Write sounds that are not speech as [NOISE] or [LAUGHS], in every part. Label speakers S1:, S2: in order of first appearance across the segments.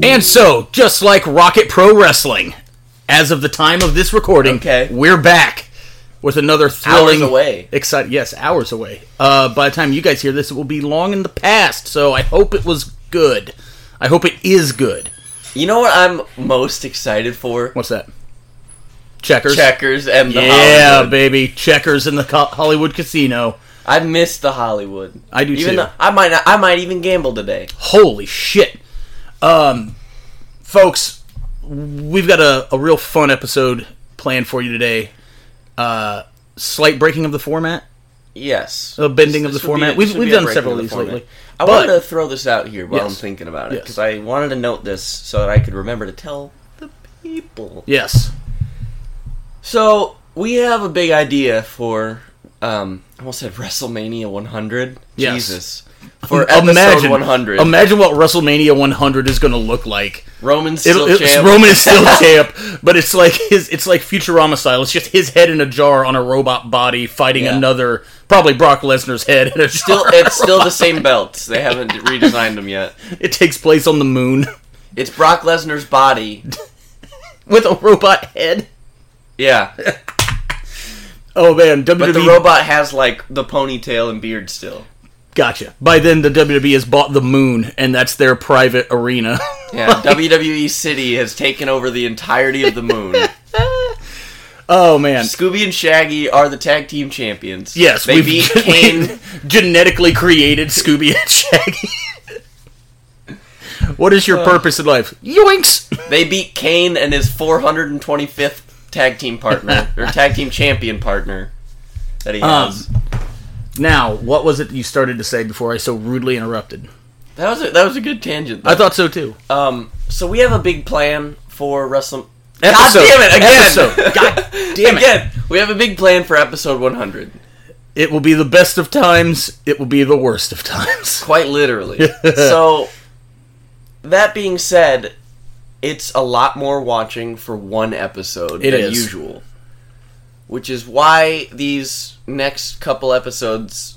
S1: And so, just like Rocket Pro Wrestling, as of the time of this recording,
S2: Okay.
S1: we're back with another thrilling,
S2: away.
S1: exciting. Yes, hours away. Uh, by the time you guys hear this, it will be long in the past. So I hope it was good. I hope it is good.
S2: You know what I'm most excited for?
S1: What's that? Checkers.
S2: Checkers and the
S1: yeah,
S2: Hollywood.
S1: baby. Checkers in the co- Hollywood Casino.
S2: I miss the Hollywood.
S1: I do
S2: even
S1: too.
S2: though- I might not, I might even gamble today.
S1: Holy shit. Um, folks, we've got a, a real fun episode planned for you today. Uh, slight breaking of the format,
S2: Yes.
S1: a bending
S2: This
S1: of the
S2: would be
S1: format.
S2: a-
S1: we've
S2: should
S1: we've
S2: be a
S1: done
S2: break
S1: several of
S2: in the
S1: these
S2: format.
S1: lately.
S2: I
S1: But-
S2: wanted to throw this out here while I'm
S1: Yes.
S2: thinking about it
S1: Yes.
S2: because I wanted to note this so that I could remember to tell the people.
S1: Yes.
S2: So we have a big idea for um I almost said WrestleMania 100.
S1: Yes.
S2: Jesus. For episode
S1: imagine
S2: 100,
S1: Imagine what WrestleMania 100 is going to look like.
S2: Roman's
S1: It'll-
S2: still
S1: it's-
S2: champ.
S1: Roman is
S2: [LAUGHS]
S1: still champ, but it's like his it's like Futurama style. It's just his head in a jar on a robot body fighting
S2: Yeah.
S1: another probably Brock Lesnar's head in a
S2: [LAUGHS] still,
S1: jar.
S2: it's still the same belts. They haven't redesigned them yet.
S1: It takes place on the moon [LAUGHS]
S2: It's Brock Lesnar's body.
S1: with a robot head.
S2: Yeah,
S1: Oh man, WWE.
S2: but the robot has like the ponytail and beard still.
S1: gotcha. By then, the WWE has bought the moon, and that's their private arena. [LAUGHS]
S2: [LAUGHS] Yeah, WWE E City has taken over the entirety of the [LAUGHS] moon.
S1: oh man.
S2: Scooby and Shaggy are the tag team champions.
S1: Yes,
S2: they
S1: we've
S2: beat [LAUGHS]
S1: we
S2: Kane.
S1: [LAUGHS] genetically created Scooby and Shaggy. [LAUGHS] what is
S2: Uh.
S1: your purpose in life? Yoinks!
S2: they beat Kane and his 425th tag team partner or tag team champion partner that he has.
S1: Now, what was it you started to say before I so rudely interrupted?
S2: that was a, that was a good tangent.
S1: I thought so too.
S2: though. um, so we have a big plan for Wrestle.
S1: Episode.
S2: [LAUGHS] God damn it! Again.
S1: Episode. God [LAUGHS] damn it.
S2: Again, we have a big plan for episode 100.
S1: It will be the best of times. It will be the worst of times.
S2: Quite literally.
S1: [LAUGHS]
S2: so, that being said, it's a lot more watching for one episode
S1: It
S2: than
S1: is.
S2: usual. Which is why these next couple episodes.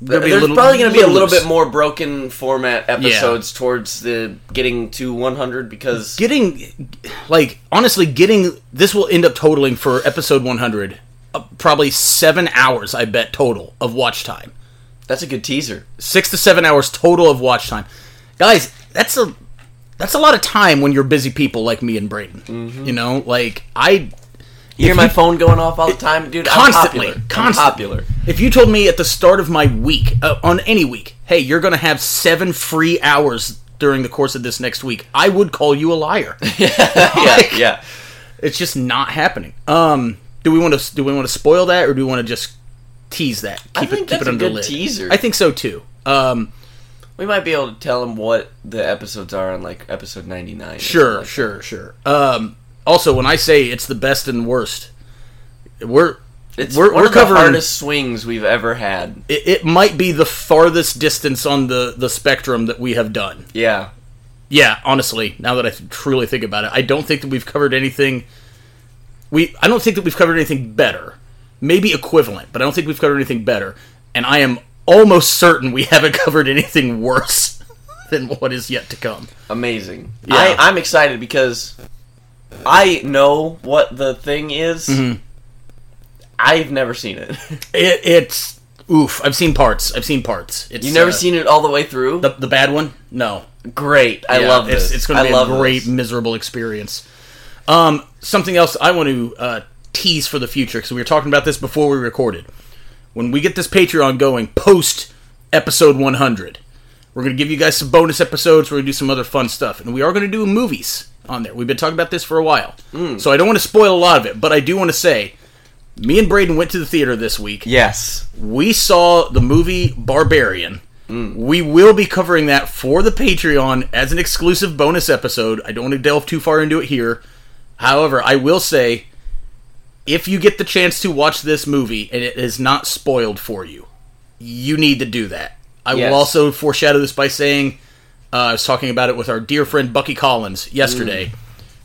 S1: There'll be a
S2: there's
S1: little-
S2: probably going to be a little
S1: loose.
S2: bit more broken format episodes towards the getting to 100 because.
S1: getting like honestly getting this will end up totaling for episode 100 uh, probably seven hours i bet total of watch time
S2: that's a good teaser.
S1: six to seven hours total of watch time guys that's a that's a lot of time when you're busy people like me and braden you know like i
S2: You hear my phone going off all the time, dude.
S1: constantly
S2: I'm popular. I'm
S1: constantly
S2: popular.
S1: if you told me at the start of my week uh, on any week hey you're gonna have seven free hours during the course of this next week i would call you a liar [LAUGHS]
S2: yeah, yeah.
S1: it's just not happening. Um, do we want to do we want to spoil that or do we want to just tease that? Keep
S2: I think that's a
S1: under the
S2: good
S1: lid?
S2: teaser.
S1: I think so too. Um,
S2: We might be able to tell him what the episodes are on like episode 99. or something
S1: sure,
S2: like
S1: sure, sure. Um, also, when I say it's the best and worst, we're
S2: that. It's
S1: We're-
S2: one
S1: we're
S2: of the
S1: covering-
S2: hardest swings we've ever had.
S1: it, it might be the farthest distance on the the spectrum that we have done.
S2: Yeah.
S1: Yeah, honestly, now that I th- truly think about it, I don't think that we've covered anything. We I don't think that we've covered anything better. Maybe equivalent, but I don't think we've covered anything better. And I am almost certain we [LAUGHS] haven't covered anything worse [LAUGHS] than what is yet to come.
S2: Amazing.
S1: Yeah.
S2: I, I'm excited because I know what the thing is.
S1: Mm-hmm.
S2: I've never
S1: [LAUGHS]
S2: seen it.
S1: It, it's oof. I've seen parts. I've seen parts. It's,
S2: You've never
S1: uh,
S2: seen it all the way through?
S1: the, the bad one? No,
S2: Great. I
S1: Yeah,
S2: love
S1: it's,
S2: this.
S1: It's going to
S2: I
S1: be
S2: love
S1: a great,
S2: this.
S1: miserable experience. Um, something else I want to uh, tease for the future because we were talking about this before we recorded. When we get this Patreon going post episode 100, we're going to give you guys some bonus episodes. We're going to do some other fun stuff, and we are going to do movies on there. We've been talking about this for a while,
S2: Mm.
S1: so I don't want to spoil a lot of it, but I do want to say. Me and Braden went to the theater this week.
S2: Yes.
S1: We saw the movie Barbarian. We will be covering that for the Patreon as an exclusive bonus episode. I don't want to delve too far into it here. However, I will say if you get the chance to watch this movie and it is not spoiled for you, you need to do that. I
S2: Yes.
S1: will also foreshadow this by saying uh, I was talking about it with our dear friend Bucky Collins yesterday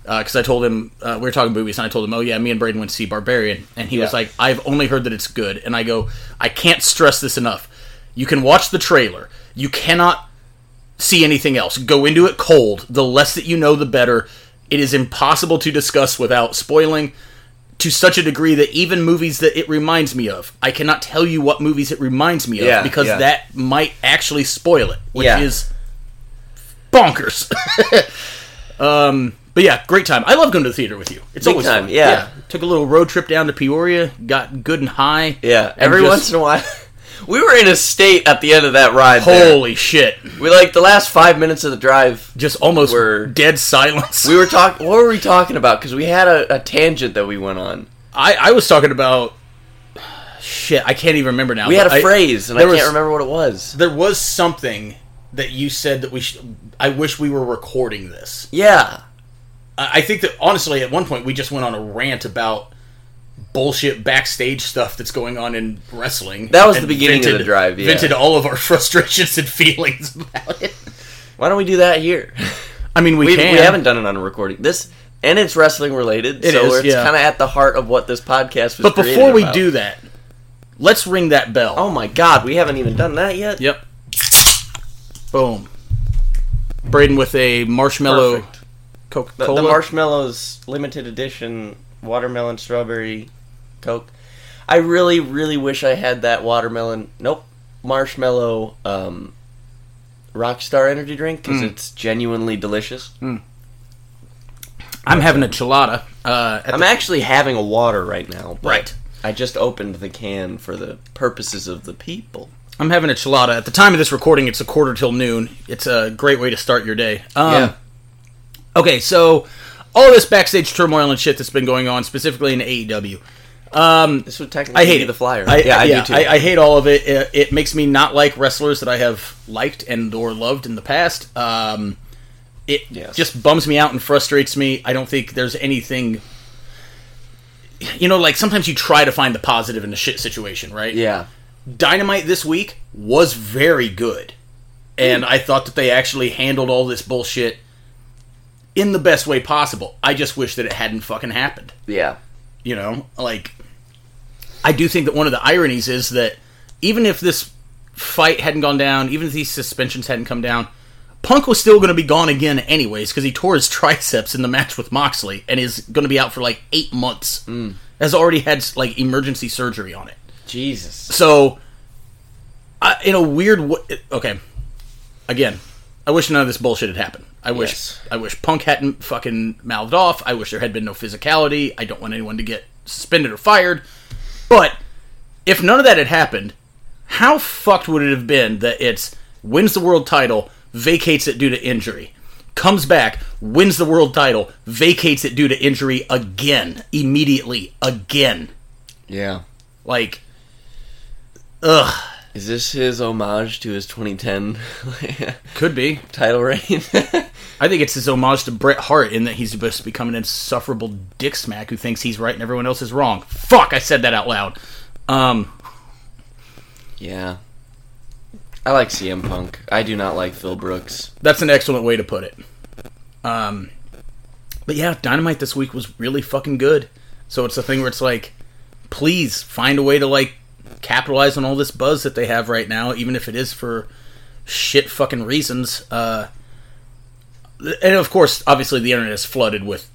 S2: Mm.
S1: because I told him uh, we were talking movies, and I told him, "Oh yeah, me and Braden went to see Barbarian," and he was
S2: Yeah.
S1: like, "I've only heard that it's good," and I go, "I can't stress this enough. You can watch the trailer. You cannot see anything else. Go into it cold. The less that you know, the better. It is impossible to discuss without spoiling to such a degree that even movies that it reminds me of, I cannot tell you what movies it reminds me of
S2: Yeah,
S1: because
S2: yeah.
S1: that might actually spoil it, which
S2: Yeah.
S1: is bonkers. [LAUGHS] um, but yeah, great time. I love going to the theater with you. It's
S2: Big
S1: always
S2: time,
S1: fun.
S2: yeah.
S1: Took a little road trip down to Peoria, got good and high.
S2: Yeah,
S1: and
S2: every
S1: just-
S2: once in a while. [LAUGHS] We were in a state at the end of that ride. there.
S1: Holy shit!
S2: We like the last five minutes of the drive.
S1: Just almost
S2: We're-
S1: dead silence.
S2: We were talking. What were we talking about? Because we had a, a tangent that we went on.
S1: I, I was talking about shit. I can't even remember now.
S2: We had
S1: but
S2: a
S1: I-
S2: phrase, and I
S1: there
S2: can't
S1: was-
S2: remember what it was.
S1: there was something that you said that we should. I wish we were recording this.
S2: Yeah,
S1: I I think that honestly, at one point, we just went on a rant about bullshit backstage stuff that's going on in wrestling.
S2: That was
S1: and
S2: the beginning of the drive, yeah.
S1: Vented all of our [LAUGHS] frustrations and feelings about it.
S2: why don't we do that here?
S1: I mean, we,
S2: [LAUGHS] We, we
S1: can.
S2: haven't done it on a recording. This and it's wrestling related,
S1: It
S2: so
S1: is,
S2: it's
S1: yeah.
S2: kind of at the heart of what this podcast was.
S1: But
S2: created
S1: before we
S2: about.
S1: do that, let's ring that bell.
S2: oh my god, we haven't even done that yet.
S1: Yep. Boom. Braden with a marshmallow
S2: Perfect.
S1: Coca
S2: The, the
S1: Cola.
S2: marshmallows limited edition watermelon strawberry coke. I really really wish I had that watermelon. Nope, marshmallow um Rockstar energy drink cuz
S1: Mm.
S2: it's genuinely delicious.
S1: I'm having a chilada. Uh, at
S2: I'm actually having a water right now. but
S1: Right.
S2: I just opened the can for the purposes of the people.
S1: I'm having a chilada. At the time of this recording, it's a quarter till noon. It's a great way to start your day. Um, Okay, so all this backstage turmoil and shit that's been going on, specifically in E AEW, Um,
S2: This would technically
S1: I hate
S2: be
S1: it.
S2: the flyer.
S1: I,
S2: yeah, I
S1: yeah,
S2: do too.
S1: I, I hate all of it. it. It makes me not like wrestlers that I have liked and or loved in the past. Um, it
S2: Yes.
S1: just bums me out and frustrates me. I don't think there's anything. You know, like sometimes you try to find the positive in a shit situation, right?
S2: yeah.
S1: Dynamite this week was very good. And
S2: Hmm.
S1: I thought that they actually handled all this bullshit in the best way possible. I just wish that it hadn't fucking happened.
S2: Yeah.
S1: You know, like I do think that one of the ironies is that even if this fight hadn't gone down, even if these suspensions hadn't come down, Punk was still going to be gone again anyways because he tore his triceps in the match with Moxley and is going to be out for like 8 months. Has already had like emergency surgery on it.
S2: Jesus.
S1: So, I, in a weird way, okay. Again, I wish none of this bullshit had happened. I wish
S2: Yes.
S1: I wish Punk hadn't fucking mouthed off. I wish there had been no physicality. I don't want anyone to get suspended or fired. But if none of that had happened, how fucked would it have been that it's wins the world title, vacates it due to injury, comes back, wins the world title, vacates it due to injury again, immediately again.
S2: Yeah.
S1: Like
S2: Is this his homage to his 2010
S1: could be.
S2: [LAUGHS] title reign? [LAUGHS]
S1: I think it's his homage to Bret Hart in that he's supposed to become an insufferable dick smack who thinks he's right and everyone else is wrong. Fuck, I said that out loud. Um,
S2: yeah. I like CM Punk. I do not like Phil Brooks.
S1: that's an excellent way to put it. Um, but yeah, Dynamite this week was really fucking good. So it's a thing where it's like, please find a way to like capitalize on all this buzz that they have right now, even if it is for shit fucking reasons. Uh, and of course, obviously, the internet is flooded with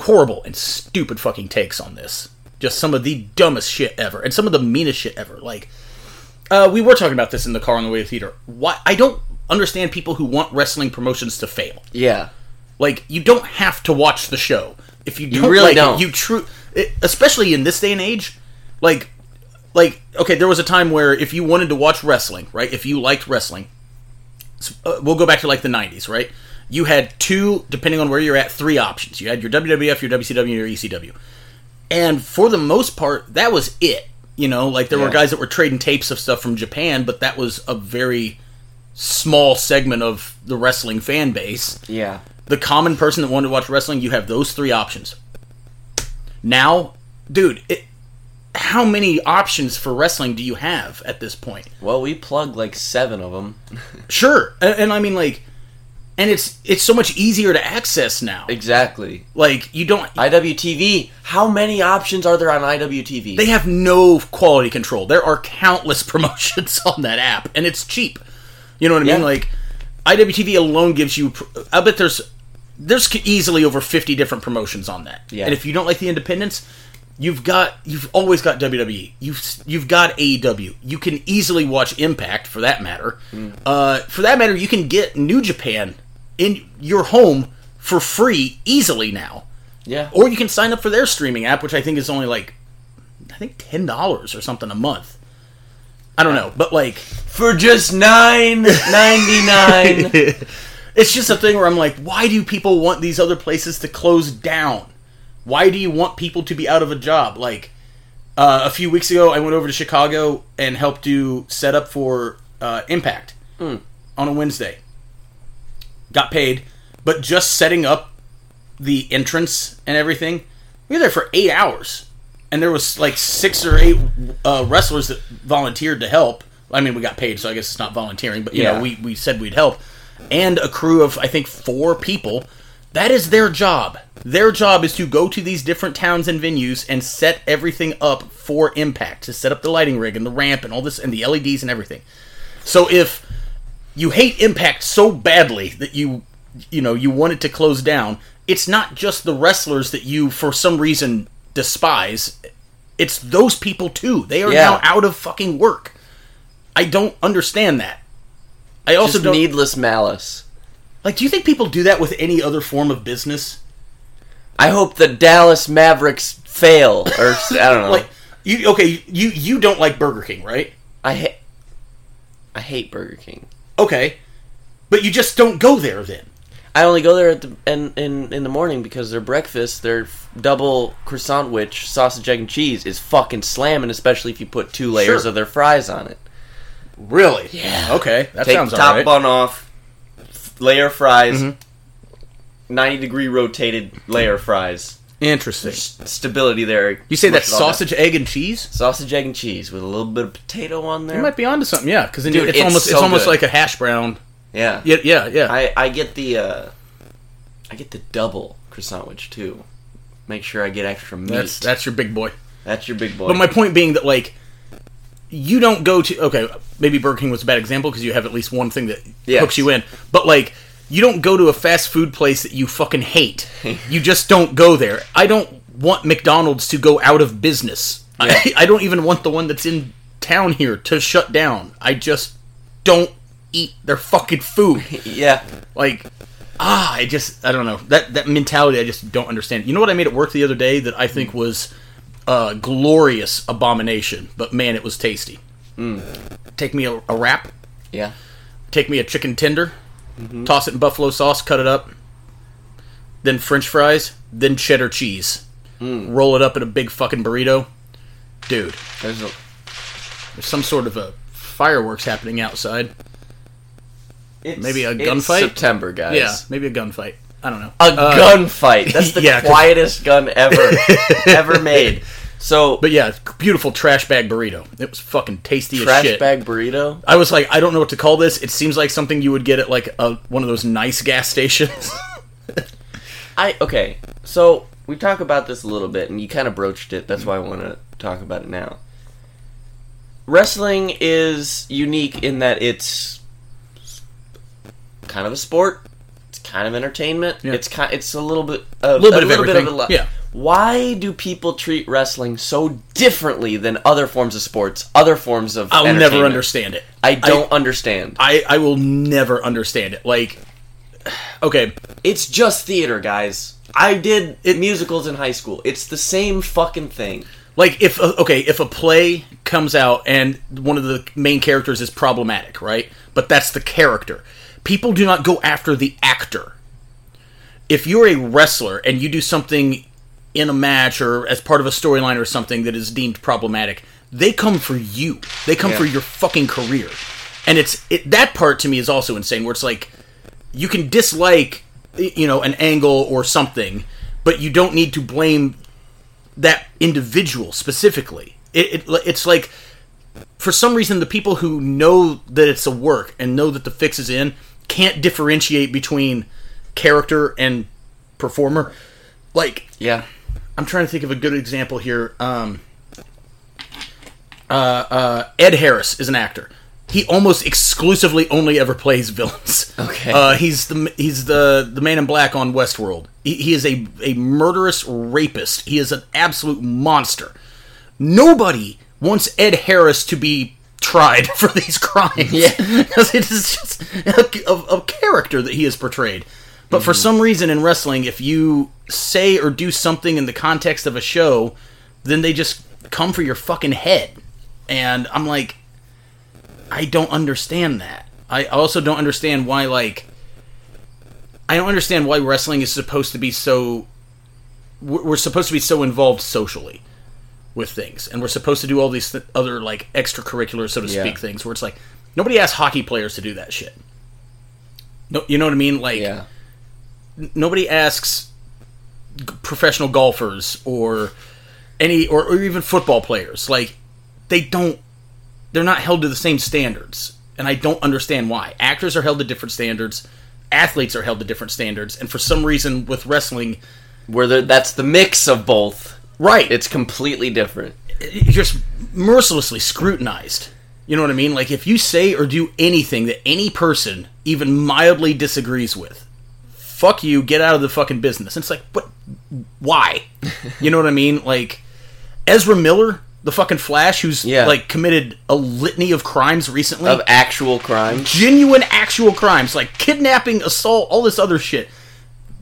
S1: horrible and stupid fucking takes on this. Just some of the dumbest shit ever, and some of the meanest shit ever. Like, uh, we were talking about this in the car on the way to theater. Why I don't understand people who want wrestling promotions to fail.
S2: Yeah.
S1: Like, you don't have to watch the show if you don't
S2: really
S1: like it,
S2: don't.
S1: You true, especially in this day and age. Like, like okay, there was a time where if you wanted to watch wrestling, right? If you liked wrestling, s- uh, we'll go back to like the '90s, right? You had two, depending on where you're at, three options. You had your WWF, your WCW, and your ECW, and for the most part, that was it. You know, like there were
S2: Yeah.
S1: guys that were trading tapes of stuff from Japan, but that was a very small segment of the wrestling fan base
S2: Yeah.
S1: the common person that wanted to watch wrestling, you have those three options. Now, dude, it, how many options for wrestling do you have at this point?
S2: Well, we plugged like seven of them.
S1: Sure, and, and I mean like, and it's it's so much easier to access now.
S2: Exactly.
S1: Like you don't,
S2: IWTV. How many options are there on IWTV?
S1: they have no quality [LAUGHS] control. There are countless promotions on that app, and it's cheap. You know what I mean?
S2: Yeah.
S1: Like, IWTV alone gives you. pr- I bet there's there's c- easily over fifty different promotions on that.
S2: Yeah.
S1: And if you don't like the independents, you've got you've always got WWE. You've s- you've got AEW. You can easily watch Impact for that matter.
S2: Mm.
S1: Uh, for that matter, you can get New Japan in your home for free easily now,
S2: Yeah.
S1: or you can sign up for their streaming app, which I think is only like I think ten dollars or something a month. I don't know, but like.
S2: For just nine ninety [LAUGHS] nine.
S1: [LAUGHS] it's just a thing where I'm like, why do people want these other places to close down? Why do you want people to be out of a job? Like uh, a few weeks ago, I went over to Chicago and helped do setup for uh, Impact on a Wednesday. Got paid, but just setting up the entrance and everything, we were there for eight hours, and there was like six or eight uh, wrestlers that volunteered to help. I mean, we got paid, so I guess it's not volunteering, but you
S2: Yeah.
S1: know, we we said we'd help, and a crew of I think four people. That is their job. Their job is to go to these different towns and venues and set everything up for impact, to set up the lighting rig and the ramp and all this and the LEDs and everything. So if you hate Impact so badly that you you know you want it to close down. It's not just the wrestlers that you for some reason despise. It's those people too. They are
S2: Yeah.
S1: now out of fucking work. I don't understand that. I also
S2: Just
S1: don't
S2: needless malice.
S1: like. Do you think people do that with any other form of business?
S2: I hope the Dallas Mavericks fail, or s- I [LAUGHS] don't know.
S1: Like you okay? You you don't like Burger King, right?
S2: I hate, I hate Burger King.
S1: Okay, but you just don't go there then.
S2: I only go there at the in, in in the morning because their breakfast, their f- double croissant, which sausage, egg, and cheese, is fucking slamming. Especially if you put two layers
S1: Sure.
S2: of their fries on it.
S1: Really? Yeah. Okay, that
S2: Take
S1: sounds
S2: the top
S1: alright.
S2: bun off, f- layer fries,
S1: Mm-hmm.
S2: ninety degree rotated layer fries.
S1: Interesting.
S2: Stability there.
S1: You say
S2: Mush
S1: that
S2: it all down.
S1: sausage, egg, and cheese?
S2: sausage, egg, and cheese with a little bit of potato on there.
S1: You might be onto something, yeah. Because
S2: Dude,
S1: it's,
S2: it's
S1: almost
S2: so
S1: it's almost
S2: good.
S1: like a hash brown.
S2: yeah,
S1: Yeah, yeah, yeah.
S2: I, I get the uh, I get the double croissant which too. Make sure I get extra meat.
S1: that's that's your big boy.
S2: That's your big boy.
S1: But my point being that like you don't go to okay maybe Burger King was a bad example because you have at least one thing that
S2: Yes.
S1: hooks you in. But like you don't go to a fast food place that you fucking
S2: [LAUGHS]
S1: hate. you just don't go there. I don't want McDonald's to go out of business. [LAUGHS] I, I don't even want the one that's in town here to shut down. I just don't eat their fucking
S2: [LAUGHS]
S1: food.
S2: yeah,
S1: like ah i just i don't know that that mentality i just don't understand you know what i made at work the other day that i think was a glorious abomination but man it was tasty
S2: Mm.
S1: take me a, a wrap
S2: yeah.
S1: take me a chicken tender
S2: Mm-hmm.
S1: toss it in buffalo sauce cut it up then french fries then cheddar cheese
S2: Mm.
S1: roll it up in a big fucking burrito dude
S2: There's a
S1: there's some sort of a fireworks happening outside
S2: it's,
S1: Maybe a
S2: it's
S1: gunfight?
S2: September guys.
S1: yeah maybe a gunfight i don't know
S2: a
S1: Uh,
S2: gunfight. That's
S1: [LAUGHS]
S2: the
S1: yeah, 'cause-
S2: quietest gun
S1: [LAUGHS]
S2: ever ever made. So
S1: But yeah, beautiful trash bag burrito. It was fucking tasty
S2: trash
S1: as shit.
S2: bag burrito.
S1: I was like, I don't know what to call this. It seems like something you would get at like a, one of those nice gas [LAUGHS] stations.
S2: I okay. So we talk about this a little bit, and you kind of broached it. That's why I want to talk about it now. Wrestling is unique in that it's kind of a sport. It's kind of entertainment.
S1: Yeah.
S2: It's kind. It's a little bit. A,
S1: Little bit of
S2: little
S1: everything.
S2: Bit of a lot.
S1: Yeah.
S2: Why do people treat wrestling so differently than other forms of sports, other forms of?
S1: I'll never
S2: entertainment?
S1: understand it.
S2: I don't understand.
S1: I, I will never understand it. Like, [SIGHS] okay,
S2: It's just theater, guys. I did musicals in high school. It's the same fucking thing.
S1: like if uh, okay if a play comes out and one of the main characters is problematic right but that's the character people do not go after the actor if you're a wrestler and you do something in a match or as part of a storyline or something that is deemed problematic they come for you they come for your fucking career and it's it, that part to me is also insane where it's like you can dislike y- you know an angle or something but you don't need to blame that individual specifically. It, it it's like for some reason the people who know that it's a work and know that the fix is in can't differentiate between character and performer. Like
S2: Yeah.
S1: I'm trying to think of a good example here. Um, uh, uh, Ed Harris is an actor. he almost exclusively only ever plays villains.
S2: Okay.
S1: Uh, he's the he's the the man in black on Westworld. He, he is a a murderous rapist. He is an absolute monster. Nobody wants Ed Harris to be tried [LAUGHS] for these crimes. [LAUGHS]
S2: Yeah.
S1: because it is just a, a- a character that he has portrayed. But for some reason in wrestling, if you say or do something in the context of a show, then they just come for your fucking head. And I'm like, I don't understand that. I also don't understand why, like, I don't understand why wrestling is supposed to be so. We're we're supposed to be so involved socially with things, and we're supposed to do all these th- other like extracurricular, so to
S2: Yeah.
S1: speak, things where it's like nobody asks hockey players to do that shit. No, you know what I mean? Like,
S2: Yeah.
S1: nobody asks g- professional golfers or any or, or even football players like they don't they're not held to the same standards and i don't understand why actors are held to different standards athletes are held to different standards and for some reason with whether
S2: Where the, that's the mix of both.
S1: right
S2: It's completely different.
S1: you're just mercilessly scrutinized. You know what I mean? Like if you say or do anything that any person even mildly disagrees with, fuck you, get out of the fucking business. And it's like, but
S2: [LAUGHS]
S1: why? you know what I mean? Like Ezra Miller, the fucking Flash, who's
S2: Yeah.
S1: like committed a litany of crimes recently
S2: Of actual crime.
S1: genuine actual crimes like kidnapping, assault, all this other shit.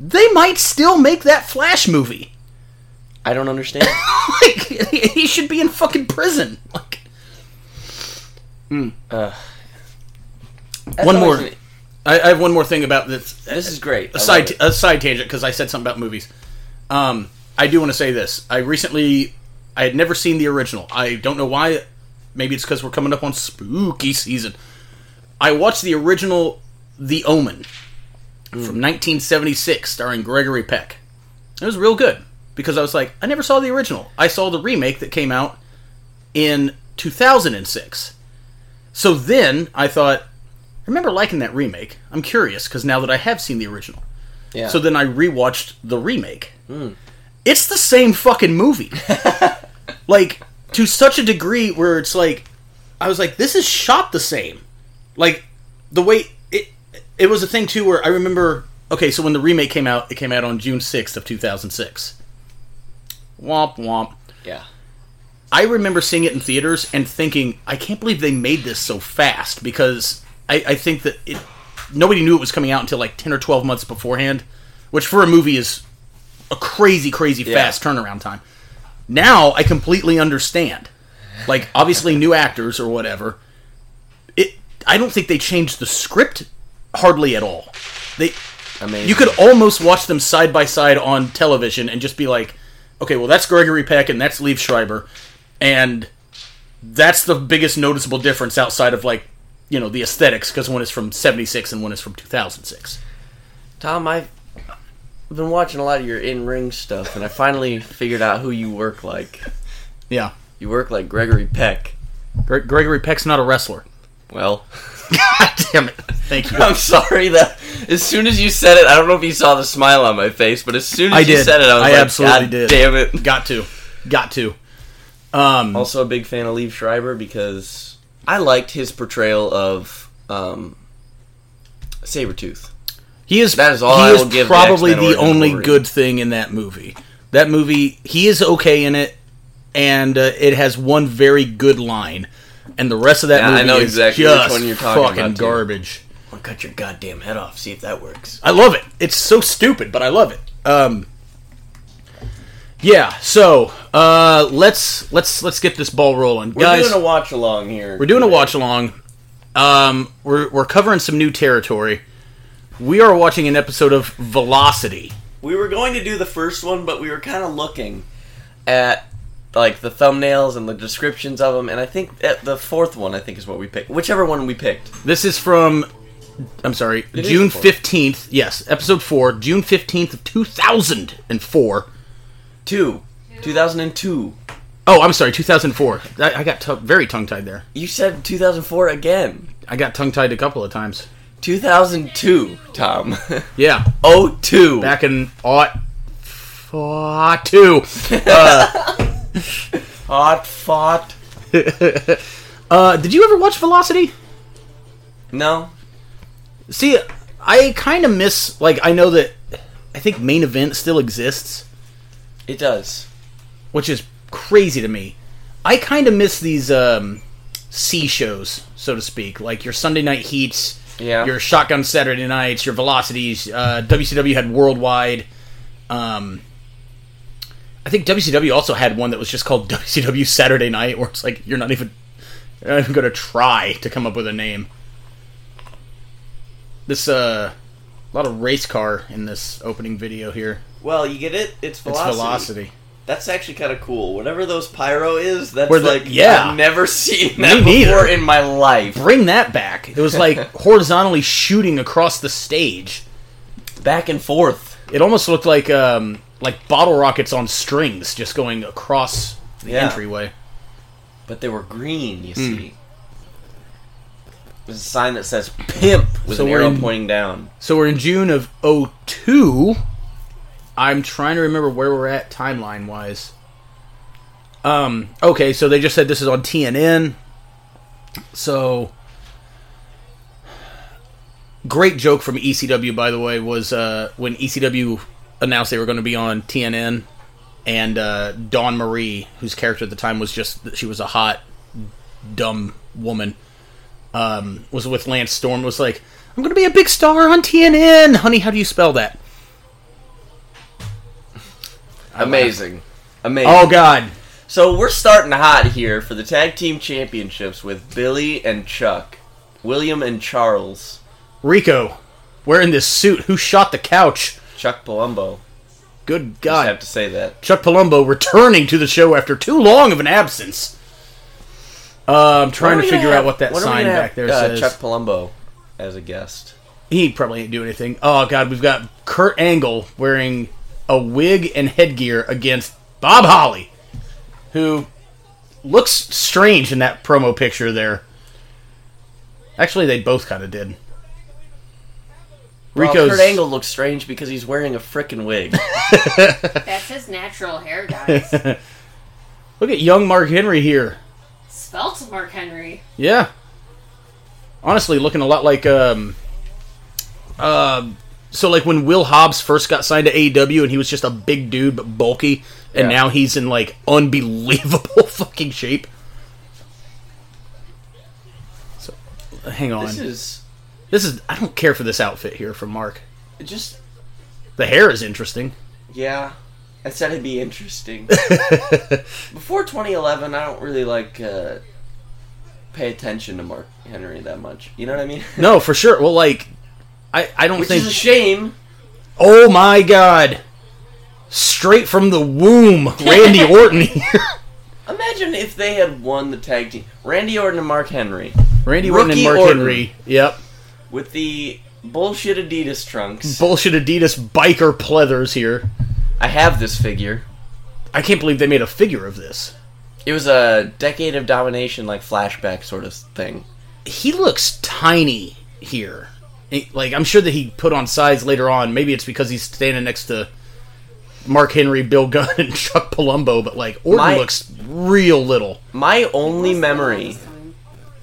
S1: They might still make that Flash movie. [LAUGHS]
S2: I don't [LAUGHS] understand.
S1: Like [LAUGHS] he should be in fucking prison. Like
S2: Uh,
S1: one more. I, I have one more thing about this.
S2: This is great.
S1: A
S2: I love
S1: side,
S2: it.
S1: a side tangent because I said something about movies. Um, I do want to say this. I recently, I had never seen the original. I don't know why. Maybe it's because we're coming up on spooky season. I watched the original, The Omen,
S2: Hmm.
S1: from 1976, starring Gregory Peck. It was real good because I was like, I never saw the original. I saw the remake that came out in 2006. So then I thought, I remember liking that remake. I'm curious because now that I have seen the original.
S2: Yeah.
S1: So then I rewatched the remake. It's the same fucking movie. like, to such a degree where it's like, I was like, this is shot the same. Like, the way it, it was a thing too where I remember, okay, so when the remake came out, it came out on June 6th of 2006. Womp womp.
S2: yeah.
S1: I remember seeing it in theaters and thinking, I can't believe they made this so fast because I, I think that it nobody knew it was coming out until like ten or twelve months beforehand, which for a movie is a crazy, crazy fast turnaround time. Now I completely understand. Like obviously new actors or whatever. It I don't think they changed the script hardly at all. They
S2: Amazing.
S1: you could almost watch them side by side on television and just be like, okay, well, that's Gregory Peck and that's Liev Schreiber. And that's the biggest noticeable difference outside of, like, you know, the aesthetics, because one is from 76 and one is from 2006.
S2: Tom, I've I've been watching a lot of your in-ring stuff, and I finally figured out who you work like.
S1: Yeah.
S2: You work like Gregory Peck.
S1: Gre- Gregory Peck's not a wrestler.
S2: Well,
S1: [LAUGHS] God damn it. Thank you.
S2: [LAUGHS] I'm sorry that as soon as you said it, I don't know if you saw the smile on my face, but as soon as
S1: I
S2: you
S1: did.
S2: said it, I was
S1: I
S2: like,
S1: absolutely
S2: God
S1: did.
S2: damn
S1: [LAUGHS]
S2: it. [LAUGHS]
S1: Got to. Got to. Um,
S2: Also a big fan of Liev Schreiber because I liked his portrayal of um, Sabretooth.
S1: He is.
S2: That is all
S1: he
S2: I
S1: is
S2: will give the
S1: probably
S2: X-Men
S1: the
S2: origin
S1: only
S2: story.
S1: good thing in that movie. That movie, he is okay in it, and uh, it has one very good line, and the rest of that
S2: Yeah, I
S1: movie
S2: know
S1: is
S2: exactly which
S1: just
S2: one you're talking
S1: fucking
S2: about, too.
S1: garbage.
S2: I'll cut your goddamn head off. See if that works.
S1: I love it. It's so stupid, but I love it. Um, yeah. So uh, let's let's let's get this ball rolling,
S2: We're
S1: guys.
S2: doing a watch along here.
S1: We're doing a watch along. Um, we're we're covering some new territory. We are watching an episode of Velocity.
S2: We were going to do the first one, but we were kind of looking at like the thumbnails and the descriptions of them, and I think at the fourth one, I think is what we picked. Whichever one we picked.
S1: This is from, I'm sorry,
S2: is
S1: June
S2: the fourth.
S1: 15th. Yes, episode 4, June 15th of 2004.
S2: Two. 2002.
S1: Oh, I'm sorry, 2004. I, I got t- very tongue tied there.
S2: You said 2004 again.
S1: I got tongue tied a couple of times.
S2: 2002, Tom. [LAUGHS]
S1: Yeah,
S2: oh, 02.
S1: back in aught. Fought two.
S2: Hot fought.
S1: Uh, did you ever watch Velocity?
S2: No,
S1: See, I kind of miss like I know that I think main event still exists,
S2: it does.
S1: which is crazy to me. I kind of miss these um C shows, so to speak, like your Sunday night heats,
S2: Yeah.
S1: your shotgun Saturday nights, your velocities. Uh, WCW had worldwide. Um, I think WCW also had one that was just called [LAUGHS] WCW Saturday Night, where it's like you're not even, you're not even going to try to come up with a name. This uh, a lot of race car in this opening video here.
S2: Well, you get it. It's
S1: It's
S2: velocity.
S1: velocity.
S2: That's actually kind of cool. Whatever those pyro is, that's
S1: Where the-
S2: like
S1: yeah.
S2: I've never [LAUGHS] seen
S1: Me
S2: that
S1: neither.
S2: before in my life.
S1: Bring that back. It was like horizontally shooting across the stage.
S2: Back and forth.
S1: It almost looked like um, like bottle rockets on strings, just going across the
S2: Yeah.
S1: entryway.
S2: But they were green, you
S1: Hmm.
S2: see. There's a sign that says pimp with
S1: So
S2: an
S1: we're
S2: arrow
S1: in-
S2: pointing down.
S1: So we're in June of 02. I'm trying to remember where we're at timeline wise. Um, okay, so they just said this is on TNN. So great joke from ECW by the way was uh, when ECW announced they were going to be on TNN and uh, Dawn Marie, whose character at the time was just she was a hot dumb woman um, was with Lance Storm was like, "I'm going to be a big star on TNN, honey. How do you spell that?"
S2: Amazing. Amazing.
S1: Oh God,
S2: So we're starting hot here for the tag team championships with Billy and Chuck, William and Charles,
S1: Rico, wearing this suit. Who shot the couch?
S2: Chuck Palumbo.
S1: Good
S2: I have
S1: God,
S2: to say that.
S1: Chuck Palumbo returning to the show after too long of an absence. Uh, I'm trying to figure out what that sign back there
S2: uh,
S1: says.
S2: Chuck Palumbo as a guest.
S1: He probably ain't doing anything. Oh God, we've got Kurt Angle wearing a wig and headgear against Bob Holly, who looks strange in that promo picture there. Actually, they both kind of did.
S2: Well,
S1: Rico's
S2: Kurt Angle looks strange because he's wearing a frickin' wig.
S3: That's his natural hair, guys.
S1: [LAUGHS] look at young Mark Henry here.
S3: Spelt Mark Henry.
S1: Yeah, honestly, looking a lot like um, um, so like when Will Hobbs first got signed to AEW and he was just a big dude but bulky, and
S2: Yeah.
S1: now he's in like unbelievable [LAUGHS] fucking shape. So, hang on.
S2: this is
S1: this is I don't care for this outfit here from Mark.
S2: just
S1: The hair is interesting.
S2: yeah. I said it'd be
S1: [LAUGHS]
S2: interesting. Before 2011, I don't really like uh, pay attention to Mark Henry that much. You know what I mean?
S1: No, for sure. Well, like I I don't
S2: Which
S1: think
S2: is a shame.
S1: Oh my god. Straight from the womb,
S2: [LAUGHS]
S1: Randy Orton here.
S2: Imagine if they had won the tag team. Randy Orton and Mark Henry
S1: Randy Orton and
S2: Rookie
S1: Mark
S2: Orton.
S1: Henry. Yep.
S2: with the bullshit Adidas trunks.
S1: Bullshit Adidas biker pleathers here.
S2: I have this figure.
S1: I can't believe they made a figure of this.
S2: It was a decade of domination, like flashback sort of thing.
S1: he looks tiny here. He- Like I'm sure that he put on size later on. Maybe it's because he's standing next to Mark Henry, Bill Gunn, [LAUGHS] and Chuck Palumbo. But like Orton
S2: My-
S1: looks real little.
S2: My only memory,
S3: This time.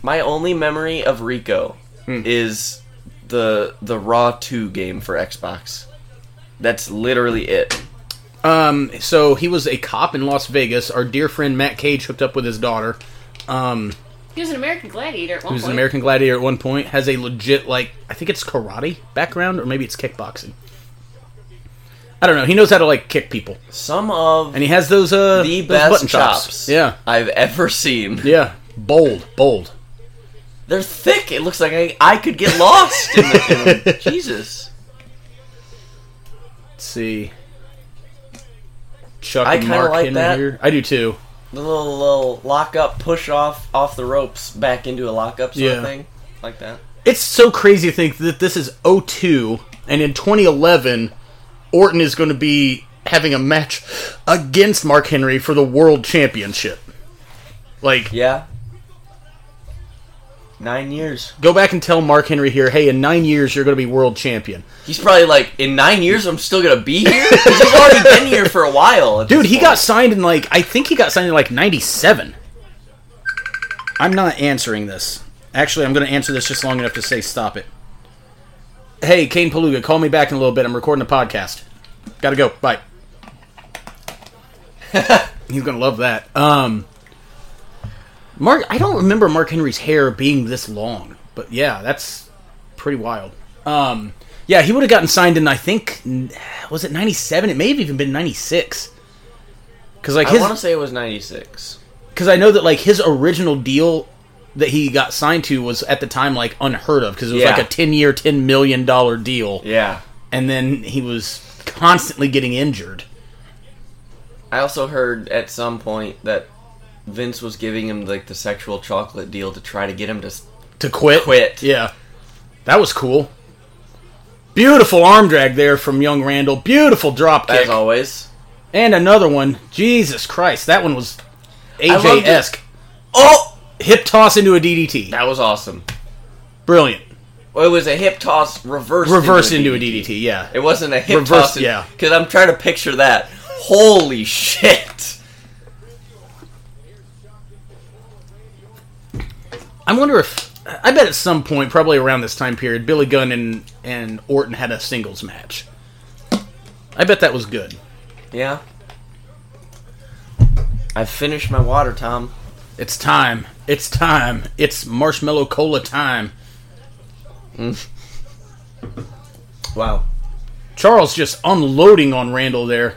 S2: my only memory of Rico
S1: Hmm.
S2: is the the Raw Two game for Xbox. That's literally it.
S1: Um, so he was a cop in Las Vegas. Our dear friend Matt Cage hooked up with his daughter. Um,
S3: He was an American gladiator at one
S1: he was an
S2: Oh,
S3: point.
S1: American Gladiator at one point. Has a legit like I think it's karate background or maybe it's kickboxing. I don't know. He knows how to like kick people,
S2: Some of
S1: and he has those uh
S2: the
S1: those
S2: best
S1: button
S2: chops,
S1: chops. Yeah,
S2: I've ever seen.
S1: yeah, bold, bold.
S2: They're thick. It looks like I, I could get lost in,
S1: [LAUGHS]
S2: the, in them. Jesus.
S1: Let's see. Chuck
S2: I
S1: and
S2: kinda
S1: Mark
S2: like
S1: Henry
S2: that.
S1: here. I do too.
S2: The little little lock up, push off off the ropes, back into a lock up sort
S1: Yeah.
S2: of thing, like that.
S1: It's so crazy to think that this is 02 and in 2011 Orton is going to be having a match against Mark Henry for the world championship. Like
S2: Yeah. Nine years.
S1: go back and tell Mark Henry here, "Hey, in 9 years you're going to be world champion."
S2: He's probably like, in nine years, I'm still gonna be here. 'Cause he's already been here for a while. at
S1: [LAUGHS] Dude,
S2: this
S1: he
S2: point.
S1: got signed in like I think he got signed in like 97. I'm not answering this Actually, I'm going to answer this just long enough to say stop it. Hey, Kane Paluga, call me back in a little bit. I'm recording a podcast. Got to go. Bye. He's going to love that. Um, Mark, I don't remember Mark Henry's hair being this long, but yeah, that's pretty wild. Um, yeah, he would have gotten signed in. I think n- was it '97? It may have even been '96. Because like
S2: I
S1: his,
S2: want to say it was 96.
S1: because I know that like his original deal that he got signed to was at the time like unheard of because it was
S2: Yeah.
S1: like a 10 year 10 million dollar deal
S2: Yeah.
S1: and then he was constantly getting injured
S2: I also heard at some point that Vince was giving him like the sexual chocolate deal to try to get him to. s-
S1: to quit
S2: Quit.
S1: yeah that was cool beautiful arm drag there from young Randall beautiful drop
S2: As
S1: kick
S2: always.
S1: and another one Jesus Christ that one was
S2: love
S1: AJ esque
S2: Oh,
S1: hip toss into a DDT
S2: that was awesome.
S1: brilliant
S2: Well, it was a hip toss reverse.
S1: reverse into a DDT yeah
S2: It wasn't a hip
S1: Reverse-
S2: toss.
S1: yeah.
S2: Because I'm trying to picture that. Holy shit.
S1: I wonder if I bet at some point, probably around this time period, Billy Gunn and and Orton had a singles match. I bet that was good.
S2: Yeah. I finished my water, Tom.
S1: It's time. It's time. It's marshmallow cola time.
S2: Wow.
S1: Charles just unloading on Randall there.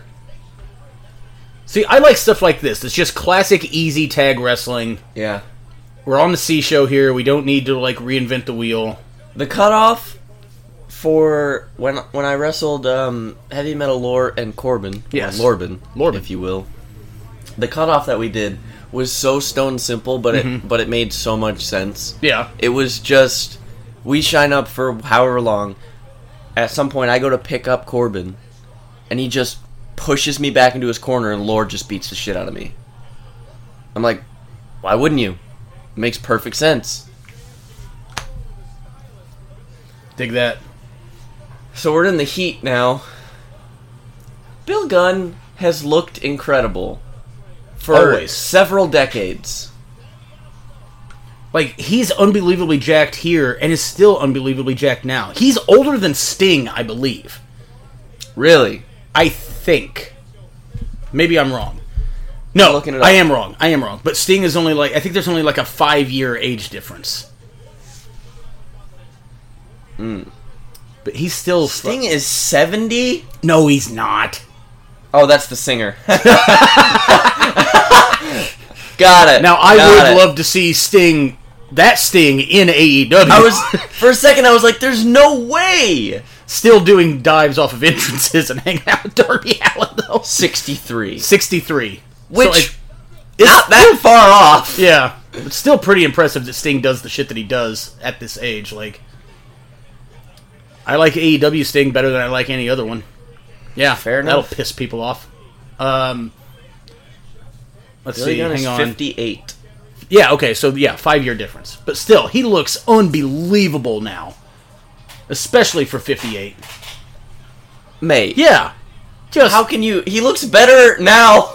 S1: See, I like stuff like this. It's just classic easy tag wrestling.
S2: Yeah.
S1: We're on the C show here. We don't need to like reinvent the wheel.
S2: The cutoff for when when I wrestled um, heavy metal lore and Corbin,
S1: Yes.
S2: or Lorbin,
S1: Lorbin.
S2: if you will, the cutoff that we did was so stone simple, but
S1: Mm-hmm.
S2: it but it made so much sense.
S1: Yeah.
S2: It was just we shine up for however long. At some point, I go to pick up Corbin, and he just pushes me back into his corner, and Lord just beats the shit out of me. I'm like, why wouldn't you? makes perfect sense.
S1: Dig that.
S2: So we're in the heat now. Bill Gunn has looked incredible for
S1: Always.
S2: several decades.
S1: Like he's unbelievably jacked here and is still unbelievably jacked now. He's older than Sting, I believe.
S2: Really?
S1: I think. Maybe I'm wrong. No,
S2: I'm looking it up.
S1: I am wrong. I am wrong. But Sting is only like I think there's only like a five year age difference. But he's still fu-
S2: Hmm. Sting is 70?
S1: No, he's not.
S2: Oh, that's the singer. Got it.
S1: Now I
S2: Got
S1: would
S2: it.
S1: love to see Sting, that Sting in E AEW.
S2: I was for a second I was like there's no way.
S1: still doing dives off of [LAUGHS] entrances and hanging out with Darby Allin though.
S2: 63.
S1: Sixty three,
S2: Which
S1: it-
S2: not that far off.
S1: Yeah. It's still pretty impressive that Sting does the shit that he does at this age. Like, I like AEW Sting better than I like any other one. Yeah,
S2: Fair enough.
S1: That'll piss people off. Um, let's
S2: Billy
S1: see.
S2: Gunn
S1: hang
S2: is
S1: on.
S2: 58.
S1: Yeah. Okay. So yeah, five year difference, but still, he looks unbelievable now, especially for fifty eight.
S2: Mate.
S1: Yeah. Just
S2: How can you? He looks better now,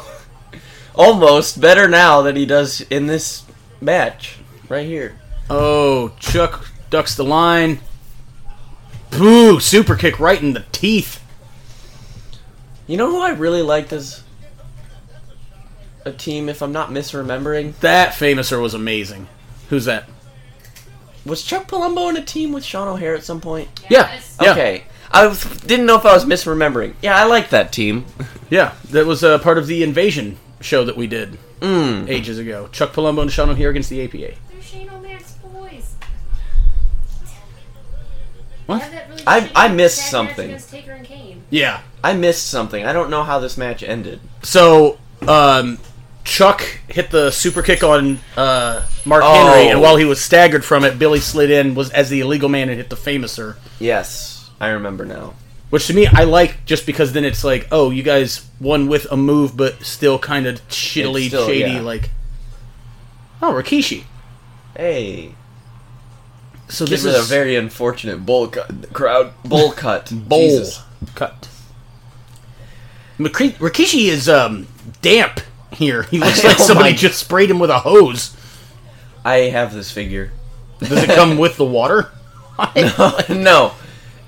S2: [LAUGHS] almost better now than he does in this match right here.
S1: Oh, Chuck ducks the line. Boo! Super kick right in the teeth.
S2: You know who I really liked as a team, if I'm not misremembering,
S1: That famouser was amazing. Who's that?
S2: was Chuck Palumbo in a team with Sean O'Hare at some point.
S3: Yes.
S1: Yeah.
S2: Okay, I was, didn't know if I was misremembering. Yeah, I like that team.
S1: Yeah, that was uh, part of the invasion show that we did
S2: Hmm.
S1: ages ago. Chuck Palumbo and Sean O'Hare against the APA.
S3: They're Shane O'Mac's boys.
S1: What?
S3: Yeah, that really
S2: I-
S3: shitty
S2: I missed
S3: bad match
S2: something.
S3: against Taker and Kane.
S1: Yeah.
S2: I missed something. I don't know how this match ended.
S1: So, um, Chuck hit the super kick on uh, Mark
S2: Oh.
S1: Henry, and while he was staggered from it, Billy slid in was as the illegal man and hit the famouser.
S2: Yes, I remember now.
S1: Which to me, I like just because then it's like, oh, you guys won with a move, but still kind of shittily,
S2: It's still-
S1: shady.
S2: yeah.
S1: Like, oh, Rikishi.
S2: Hey,
S1: So
S2: this
S1: this
S2: was
S1: is
S2: a very unfortunate bowl cut. Crowd bowl cut.
S1: [LAUGHS] bowl
S2: Jesus.
S1: cut. McCre- Rikishi is um, damp
S2: [LAUGHS]
S1: here. He looks like
S2: Oh
S1: somebody
S2: my-
S1: just sprayed him with a hose.
S2: I have this figure. [LAUGHS]
S1: Does it come with the water?
S2: no,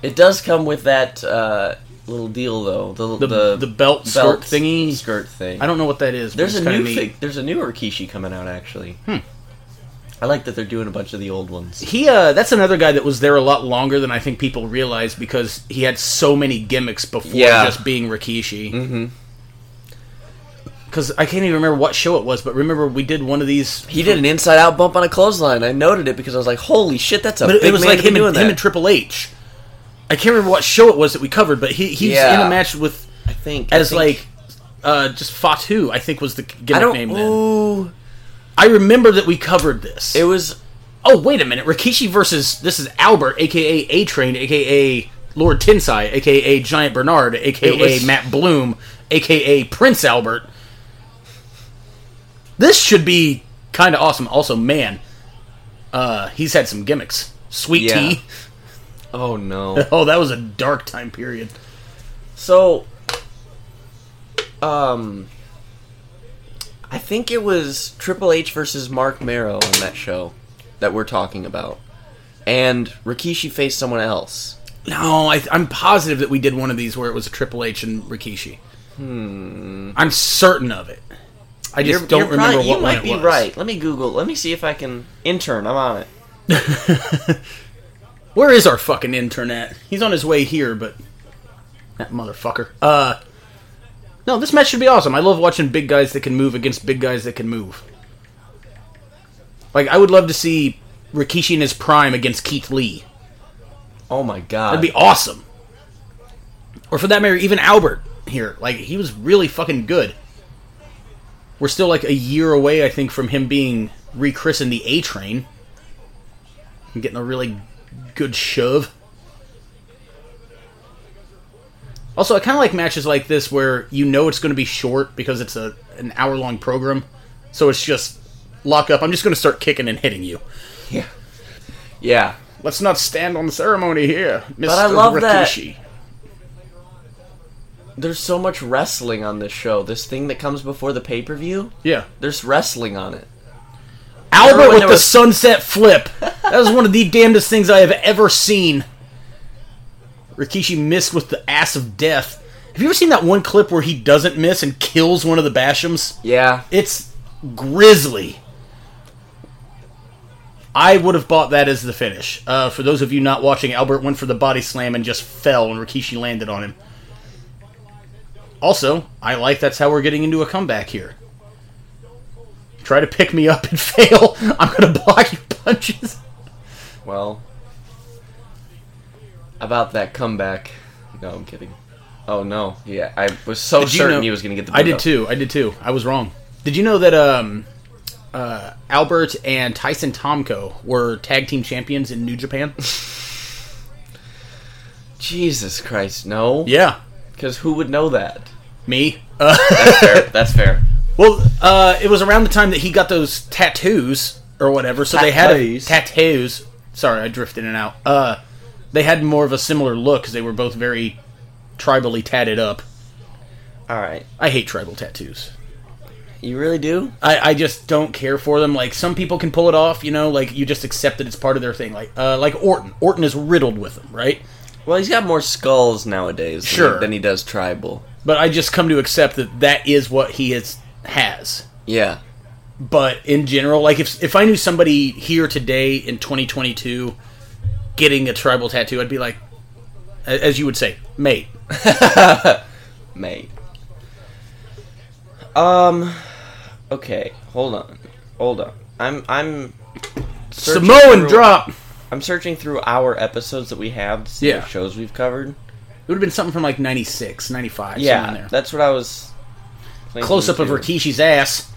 S2: it does come with that uh, little deal though. The
S1: The,
S2: the,
S1: the, belt, skirt thingy?
S2: skirt thing.
S1: I don't know what that is. but
S2: There's
S1: it's
S2: a
S1: kinda
S2: new
S1: neat. Hmm.
S2: thing. There's a newer Kishi coming out actually. I like that they're doing a bunch of the old ones.
S1: He uh, that's another guy that was there a lot longer than I think people realize because he had so many gimmicks before
S2: Yeah.
S1: just being Rikishi. Mm-hmm. Because I can't even remember what show it was, but remember we did one of these.
S2: He did an inside out bump on a clothesline. I noted it because I was like, "Holy shit, that's a
S1: But
S2: big
S1: it, it was
S2: man
S1: like
S2: to be
S1: him
S2: doing
S1: and, him
S2: that."
S1: and Triple H. I can't remember what show it was that we covered, but he he's
S2: Yeah.
S1: in a match with
S2: I think I
S1: as
S2: think-
S1: like uh, just Fatu. I think was the
S2: I
S1: gimmick
S2: don't.
S1: name then.
S2: Ooh,
S1: I remember that we covered this.
S2: it was
S1: oh wait a minute, Rikishi versus this is Albert, aka A Train, aka Lord Tensai, aka Giant Bernard,
S2: It
S1: aka
S2: was-
S1: Matt Bloom, aka Prince Albert. This should be kind of awesome. Also, man, uh, he's had some gimmicks. Sweet
S2: Yeah.
S1: tea. [LAUGHS]
S2: Oh no.
S1: Oh, that was a dark time period.
S2: so um I think it was Triple H versus Mark Marrow on that show that we're talking about. And Rikishi faced someone else.
S1: No, I, I'm positive that we did one of these where it was a Triple H and Rikishi. Hmm. I'm certain of it. I just don't
S2: You're
S1: remember
S2: probably-
S1: what
S2: you
S1: one
S2: might
S1: it
S2: be
S1: was.
S2: right. Let me Google. Let me see if I can intern. I'm on it.
S1: Where is our fucking internet? He's on his way here, but that motherfucker. Uh, no, this match should be awesome. I love watching big guys that can move against big guys that can move. Like I would love to see Rikishi in his prime against Keith Lee.
S2: Oh my god.
S1: That'd be awesome. Or for that matter, even Albert here. Like, he was really fucking good. We're still like a year away, I think, from him being rechristened the A train. And getting a really good shove. Also, I kind of like matches like this where you know it's going to be short because it's a an hour long program. So it's just lock up. I'm just going to start kicking and hitting you.
S2: [LAUGHS] yeah. Yeah.
S1: Let's not stand on ceremony here, Mr.
S2: I love that-
S1: Rikishi.
S2: There's so much wrestling on this show. This thing that comes before the pay-per-view,
S1: Yeah.
S2: there's wrestling on it.
S1: Albert
S2: Remember when
S1: with
S2: there
S1: the
S2: was-
S1: sunset flip. That was one of the damnedest things I have ever seen. Rikishi missed with the ass of death. Have you ever seen that one clip where he doesn't miss and kills one of the Bashams?
S2: Yeah.
S1: It's grisly. I would have bought that as the finish. Uh, for those of you not watching, Albert went for the body slam and just fell, and Rikishi landed on him. Also, I like that's how we're getting into a comeback here. Try to pick me up and [LAUGHS] fail. I'm going to block your punches.
S2: Well, about that comeback. No, I'm kidding. Oh no, yeah, I was so
S1: Did you
S2: Oh, certain
S1: know-
S2: he was going to get the.
S1: I did
S2: boot up.
S1: too. I did too. I was wrong. Did you know that um, uh, Albert and Tyson Tomko were tag team champions in New [LAUGHS] Japan?
S2: Jesus Christ, no.
S1: yeah,
S2: Because who would know that?
S1: me. Uh,
S2: That's fair. [LAUGHS] That's fair.
S1: Well, uh, it was around the time that he got those tattoos or whatever. So they had a,
S2: Tattoos.
S1: tattoos. Sorry, I drifted in and out. Uh, they had more of a similar look because they were both very tribally tatted up.
S2: All right,
S1: I hate tribal tattoos.
S2: you really do?
S1: I, I just don't care for them. Like some people can pull it off, you know. Like you just accept that it's part of their thing. Like uh, like Orton. Orton is riddled with them, right?
S2: Well, he's got more skulls nowadays. than-
S1: Sure.
S2: Than he does tribal.
S1: But I just come to accept that that is what he is has.
S2: Yeah.
S1: but in general, like if if I knew somebody here today in 2022 getting a tribal tattoo, I'd be like, a- as you would say, mate.
S2: Mate. Um. Okay. Hold on. Hold on. I'm. I'm. searching
S1: Samoan
S2: through-
S1: drop. It
S2: I'm searching through our episodes that we have to see
S1: Yeah.
S2: what shows we've covered.
S1: would have been something from like 96, 95, somewhere in
S2: Yeah,
S1: there.
S2: that's what I was. thinking,
S1: Close up of
S2: too.
S1: Rikishi's ass.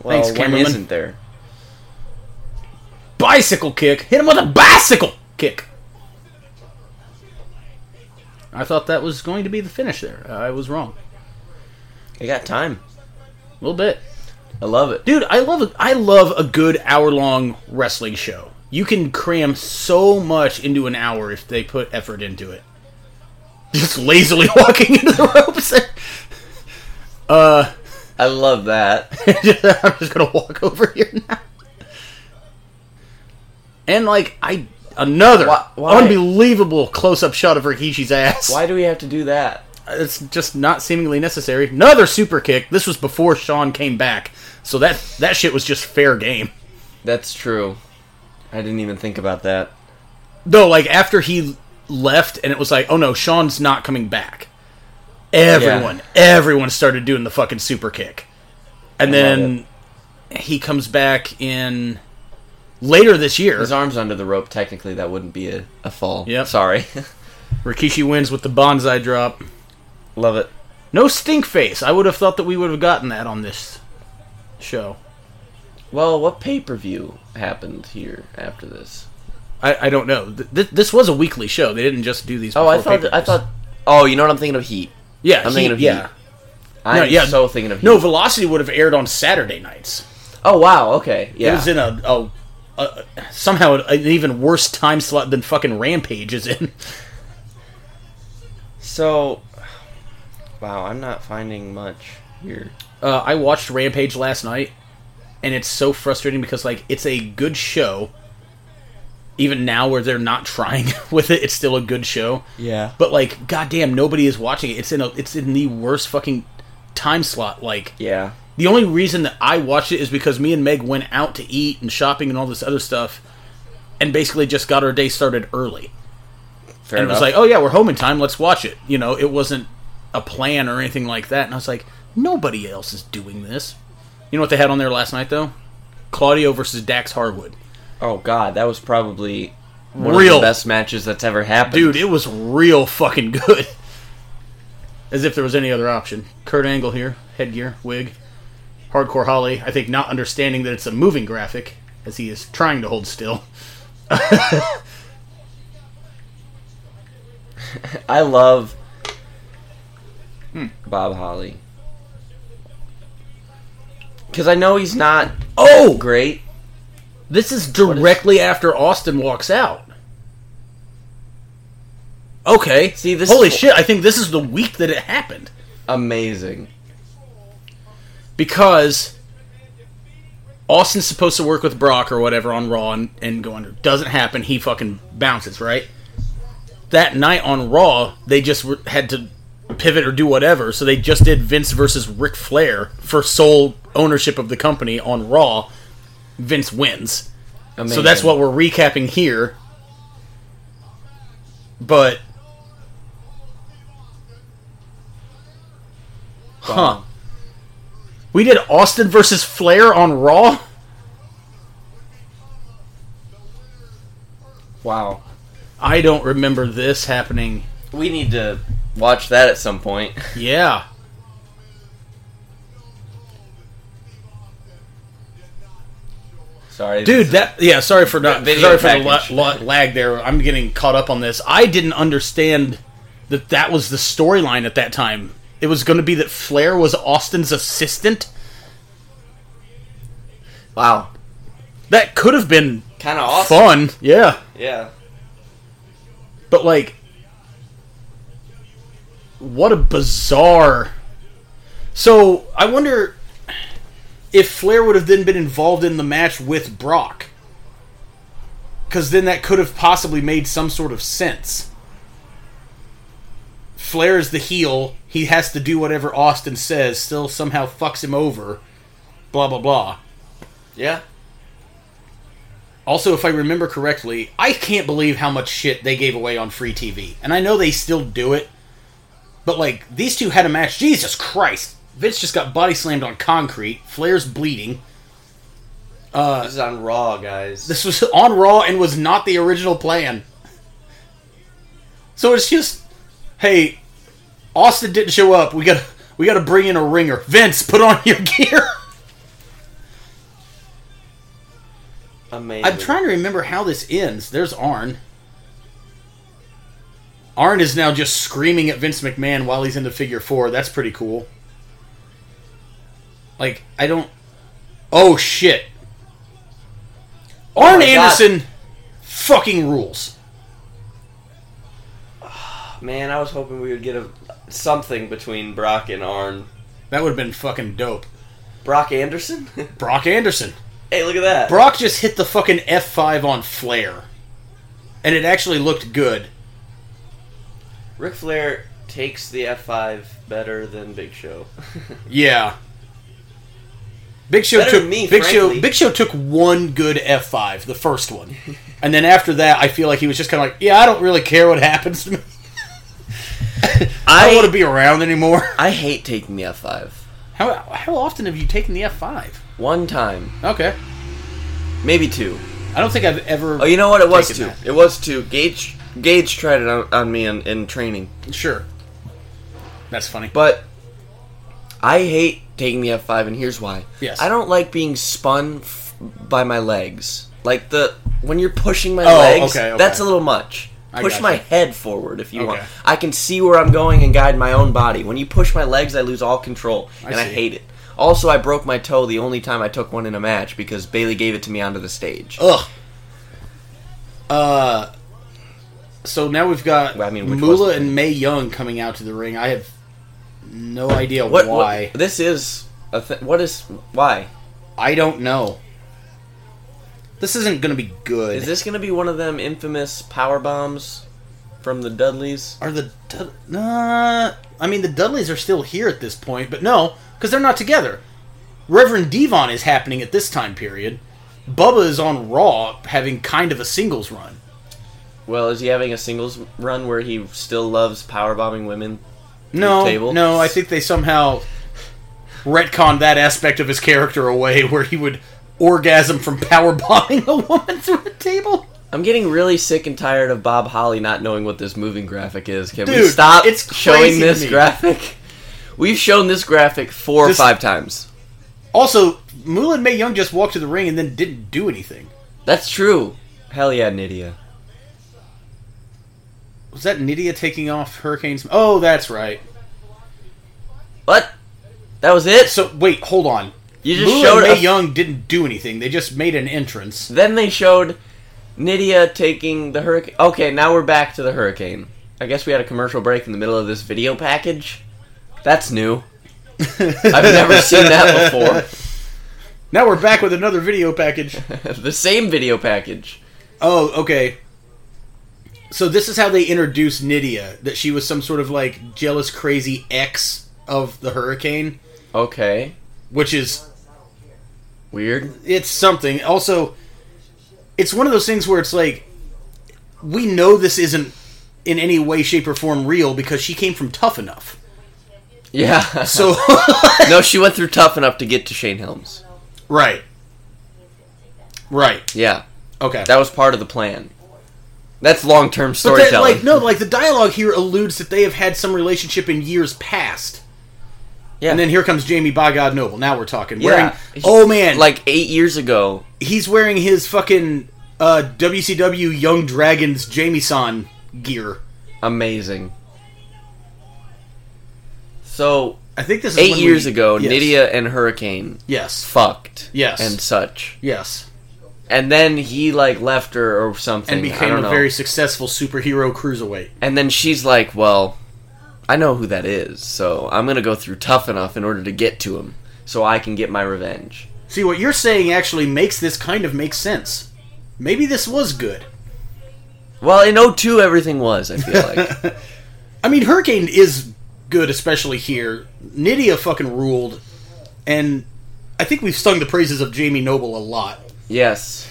S2: Well,
S1: Thanks,
S2: when
S1: cameraman.
S2: isn't there?
S1: Bicycle kick. Hit him with a bicycle kick. I thought that was going to be the finish there. I was wrong.
S2: I got time.
S1: A little bit.
S2: I love it.
S1: dude i love a, i love a good hour long wrestling show you can cram so much into an hour if they put effort into it [LAUGHS] just lazily [LAUGHS] walking into the ropes [LAUGHS] uh
S2: I love [LAUGHS] that.
S1: i'm just gonna walk over here now And like I another
S2: Why- why?
S1: unbelievable close up shot of Rikishi's ass.
S2: Why do we have to do that?
S1: [LAUGHS] It's just not seemingly necessary. Another super kick. This was before Sean came back, so that that shit was just fair game.
S2: That's true. I didn't even think about that.
S1: No, like after he left, and it was like, oh no, Sean's not coming back. Everyone, everyone started doing the fucking super kick, and then he comes back in later this year.
S2: His arms under the rope. Technically, that wouldn't be a, a fall.
S1: Yep.
S2: Sorry. [LAUGHS]
S1: Rikishi wins with the bonsai drop.
S2: Love it.
S1: No stink face. I would have thought that we would have gotten that on this show.
S2: Well, what pay per view happened here after this?
S1: I, I don't know. Th- th- this was a weekly show. They didn't just do these.
S2: Oh, I
S1: before
S2: thought. I
S1: pay-per-views.
S2: thought. Oh, you know what I'm thinking of? Heat.
S1: Yeah,
S2: I'm thinking of
S1: yeah.
S2: Heat. I'm
S1: No, yeah.
S2: so thinking of Heat.
S1: No, Velocity would have aired on Saturday nights.
S2: Oh wow. Okay.
S1: It
S2: Yeah.
S1: was in a, a, a somehow an even worse time slot than fucking Rampage is in.
S2: so. Wow, I'm not finding much here.
S1: [LAUGHS] Uh, I watched Rampage last night, and it's so frustrating because like it's a good show. Even now, where they're not trying [LAUGHS] with it, it's still a good show.
S2: Yeah.
S1: But like, goddamn, nobody is watching it. It's in a, it's in the worst fucking time slot. Like,
S2: Yeah.
S1: The only reason that I watched it is because me and Meg went out to eat and shopping and all this other stuff, and basically just got our day started early.
S2: Fair
S1: and it was like, oh yeah, we're home in time. Let's watch it. You know, it wasn't a plan or anything like that. And I was like, nobody else is doing this. You know what they had on there last night though? Claudio versus Dax Harwood.
S2: oh god, that was probably one
S1: Real.
S2: of the best matches that's ever happened.
S1: Dude, it was real fucking good. [LAUGHS] As if there was any other option. Kurt Angle here, headgear, wig. Hardcore Holly, I think not understanding that it's a moving graphic, as he is trying to hold still.
S2: I love
S1: Hmm.
S2: Bob Holly because I know he's not
S1: Oh!
S2: great.
S1: This is directly after Austin walks out. Okay.
S2: See, this
S1: Holy
S2: is-
S1: shit, I think this is the week that it happened.
S2: Amazing.
S1: Because Austin's supposed to work with Brock or whatever on Raw and, and go under. Doesn't happen. He fucking bounces, right? That night on Raw, they just were, had to pivot or do whatever. So they just did Vince versus Ric Flair for sole ownership of the company on Raw. Vince wins.
S2: Amazing.
S1: So that's what we're recapping here. But Huh. We did Austin versus Flair on Raw?
S2: Wow.
S1: I don't remember this happening.
S2: We need to watch that at some point. [LAUGHS]
S1: Yeah.
S2: Sorry,
S1: Dude, that yeah, sorry for not
S2: Video
S1: sorry for the la-
S2: package.
S1: la- lag there. I'm getting caught up on this. I didn't understand that that was the storyline at that time. It was going to be that Flair was Austin's assistant.
S2: Wow.
S1: That could have been
S2: Kind of awesome.
S1: fun. Yeah.
S2: Yeah.
S1: But like, what a bizarre. So I wonder if Flair would have then been involved in the match with Brock, because then that could have possibly made some sort of sense. Flair is the heel. He has to do whatever Austin says. Still somehow fucks him over. Blah blah blah.
S2: Yeah.
S1: Also, if I remember correctly, I can't believe how much shit they gave away on free TV. And I know they still do it. But, like, these two had a match. Jesus Christ. Vince just got body slammed on concrete. Flair's bleeding.
S2: this is on Raw, guys.
S1: This was [LAUGHS] on Raw and was not the original plan. So it's just, hey, Austin didn't show up. We gotta, we gotta bring in a ringer. Vince, put on your [LAUGHS] gear.
S2: Amazing.
S1: I'm trying to remember how this ends. There's Arn. Arn is now just screaming at Vince McMahon while he's in the figure four. That's pretty cool. Like, I don't. Oh, shit. Arn
S2: Oh my God.
S1: Anderson fucking rules.
S2: Man, I was hoping we would get a something between Brock and Arn.
S1: That would have been fucking dope.
S2: Brock Anderson? [LAUGHS]
S1: Brock Anderson.
S2: Hey, look at that.
S1: Brock just hit the fucking F5 on Flair. And it actually looked good.
S2: Ric Flair takes the F5 better than Big Show. [LAUGHS]
S1: Yeah. Big Show
S2: Better
S1: took
S2: than me,
S1: Big Show
S2: frankly.
S1: Big Show took one good F5, the first one. and then after that, I feel like he was just kind of like, yeah, I don't really care what happens to me. [LAUGHS] I don't want to be around
S2: [LAUGHS]
S1: anymore.
S2: I hate taking the F5.
S1: How how often have you taken the F5?
S2: One time,
S1: Okay.
S2: maybe two.
S1: I don't think I've ever
S2: Oh, you know what? It was
S1: Taking
S2: two.
S1: that.
S2: It was two. Gage Gage tried it on, on me in, in training,
S1: Sure. That's funny.
S2: but I hate taking the F5, and here's why.
S1: Yes.
S2: I don't like being spun f- by my legs. Like the when you're pushing my
S1: Oh,
S2: legs,
S1: okay, okay.
S2: that's a little much.
S1: I
S2: Push
S1: gotcha.
S2: my head forward if you want.
S1: Okay.
S2: I can see where I'm going and guide my own body. When you push my legs, I lose all control, and I
S1: see.
S2: hate it. Also, I broke my toe the only time I took one in a match because Bailey gave it to me onto the stage.
S1: Ugh. Uh, so now we've got
S2: Well, I mean, which
S1: Moolah
S2: wasn't-
S1: and May Young coming out to the ring. I have no idea
S2: What,
S1: why.
S2: what- this is a th- what is why
S1: I don't know. This isn't going to be good.
S2: is this going to be one of them infamous power bombs from the Dudleys?
S1: Are the Dud- nah? I mean, the Dudleys are still here at this point, but no, because they're not together. Reverend Devon is happening at this time period. Bubba is on Raw having kind of a singles run.
S2: Well, is he having a singles run where he still loves power bombing women?
S1: No,
S2: table?
S1: no, I think they somehow retconned that aspect of his character away, [LAUGHS] where he would orgasm from power bombing [LAUGHS] a woman through a table.
S2: I'm getting really sick and tired of Bob Holly not knowing what this moving graphic is. Can we
S1: Dude,
S2: stop
S1: it's crazy
S2: showing
S1: to
S2: this
S1: me.
S2: graphic? [LAUGHS] We've shown this graphic four
S1: This-
S2: or five times.
S1: Also, Moolah and May Young just walked to the ring and then didn't do anything.
S2: That's true. Hell yeah, Nydia.
S1: Was that Nydia taking off Hurricane's? Oh, that's right.
S2: What? That was it?
S1: So wait, hold on.
S2: You just
S1: Moolah
S2: showed
S1: and May
S2: a-
S1: Young didn't do anything. They just made an entrance.
S2: Then they showed Nydia taking the hurricane. Okay, now we're back to the hurricane. I guess we had a commercial break in the middle of this video package. That's new. [LAUGHS]
S1: [LAUGHS]
S2: I've never seen that before. [LAUGHS]
S1: Now we're back with another video package.
S2: the same video package.
S1: Oh, okay. So this is how they introduced Nydia that she was some sort of like jealous, crazy ex of the Hurricane,
S2: Okay.
S1: which is
S2: Weird.
S1: it's something. Also, it's one of those things where it's like we know this isn't in any way, shape, or form real because she came from Tough Enough.
S2: Yeah.
S1: So
S2: [LAUGHS] no, she went through tough enough to get to Shane Helms.
S1: right, right,
S2: Yeah.
S1: okay.
S2: That was part of the plan. That's long term
S1: But that,
S2: storytelling.
S1: like no, like the dialogue here alludes that they have had some relationship in years past.
S2: yeah.
S1: And then here comes Jamie by God Noble. Now we're talking.
S2: Yeah.
S1: Wearing, oh man, like
S2: like eight years ago.
S1: he's wearing his fucking uh, WCW Young Dragons Jamie San gear.
S2: Amazing. So
S1: I think this is
S2: eight
S1: when
S2: years
S1: we-
S2: ago,
S1: yes.
S2: Nydia and Hurricane
S1: Yes,
S2: fucked.
S1: Yes.
S2: And such.
S1: yes,
S2: And then he like left her or something.
S1: and
S2: I
S1: became
S2: don't
S1: a
S2: know.
S1: very successful superhero cruiserweight.
S2: And then she's like, Well, I know who that is, so I'm gonna go through tough enough in order to get to him so I can get my revenge.
S1: See what you're saying actually makes this kind of make sense. Maybe this was good.
S2: Well, in 02 everything was, I feel
S1: [LAUGHS]
S2: like.
S1: I mean, Hurricane is good, especially here. Nydia fucking ruled, and I think we've sung the praises of Jamie Noble a lot.
S2: yes.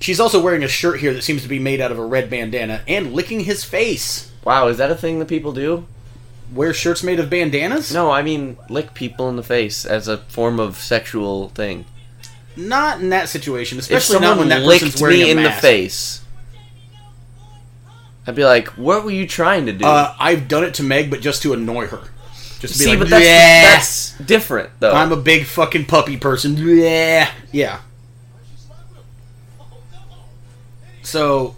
S1: She's also wearing a shirt here that seems to be made out of a red bandana and licking his face.
S2: Wow, is that a thing that people do?
S1: Wear shirts made of bandanas?
S2: No, I mean lick people in the face as a form of sexual thing.
S1: Not in that situation,
S2: If
S1: especially not
S2: someone
S1: when that person's
S2: licked
S1: wearing
S2: me
S1: a
S2: in the
S1: mask.
S2: face, I'd be like, "What were you trying to do?"
S1: Uh, I've done it to Meg, but just to annoy her. Just to be
S2: See,
S1: like,
S2: but that's,
S1: yeah,
S2: that's different, though.
S1: I'm a big fucking puppy person. Yeah, yeah. So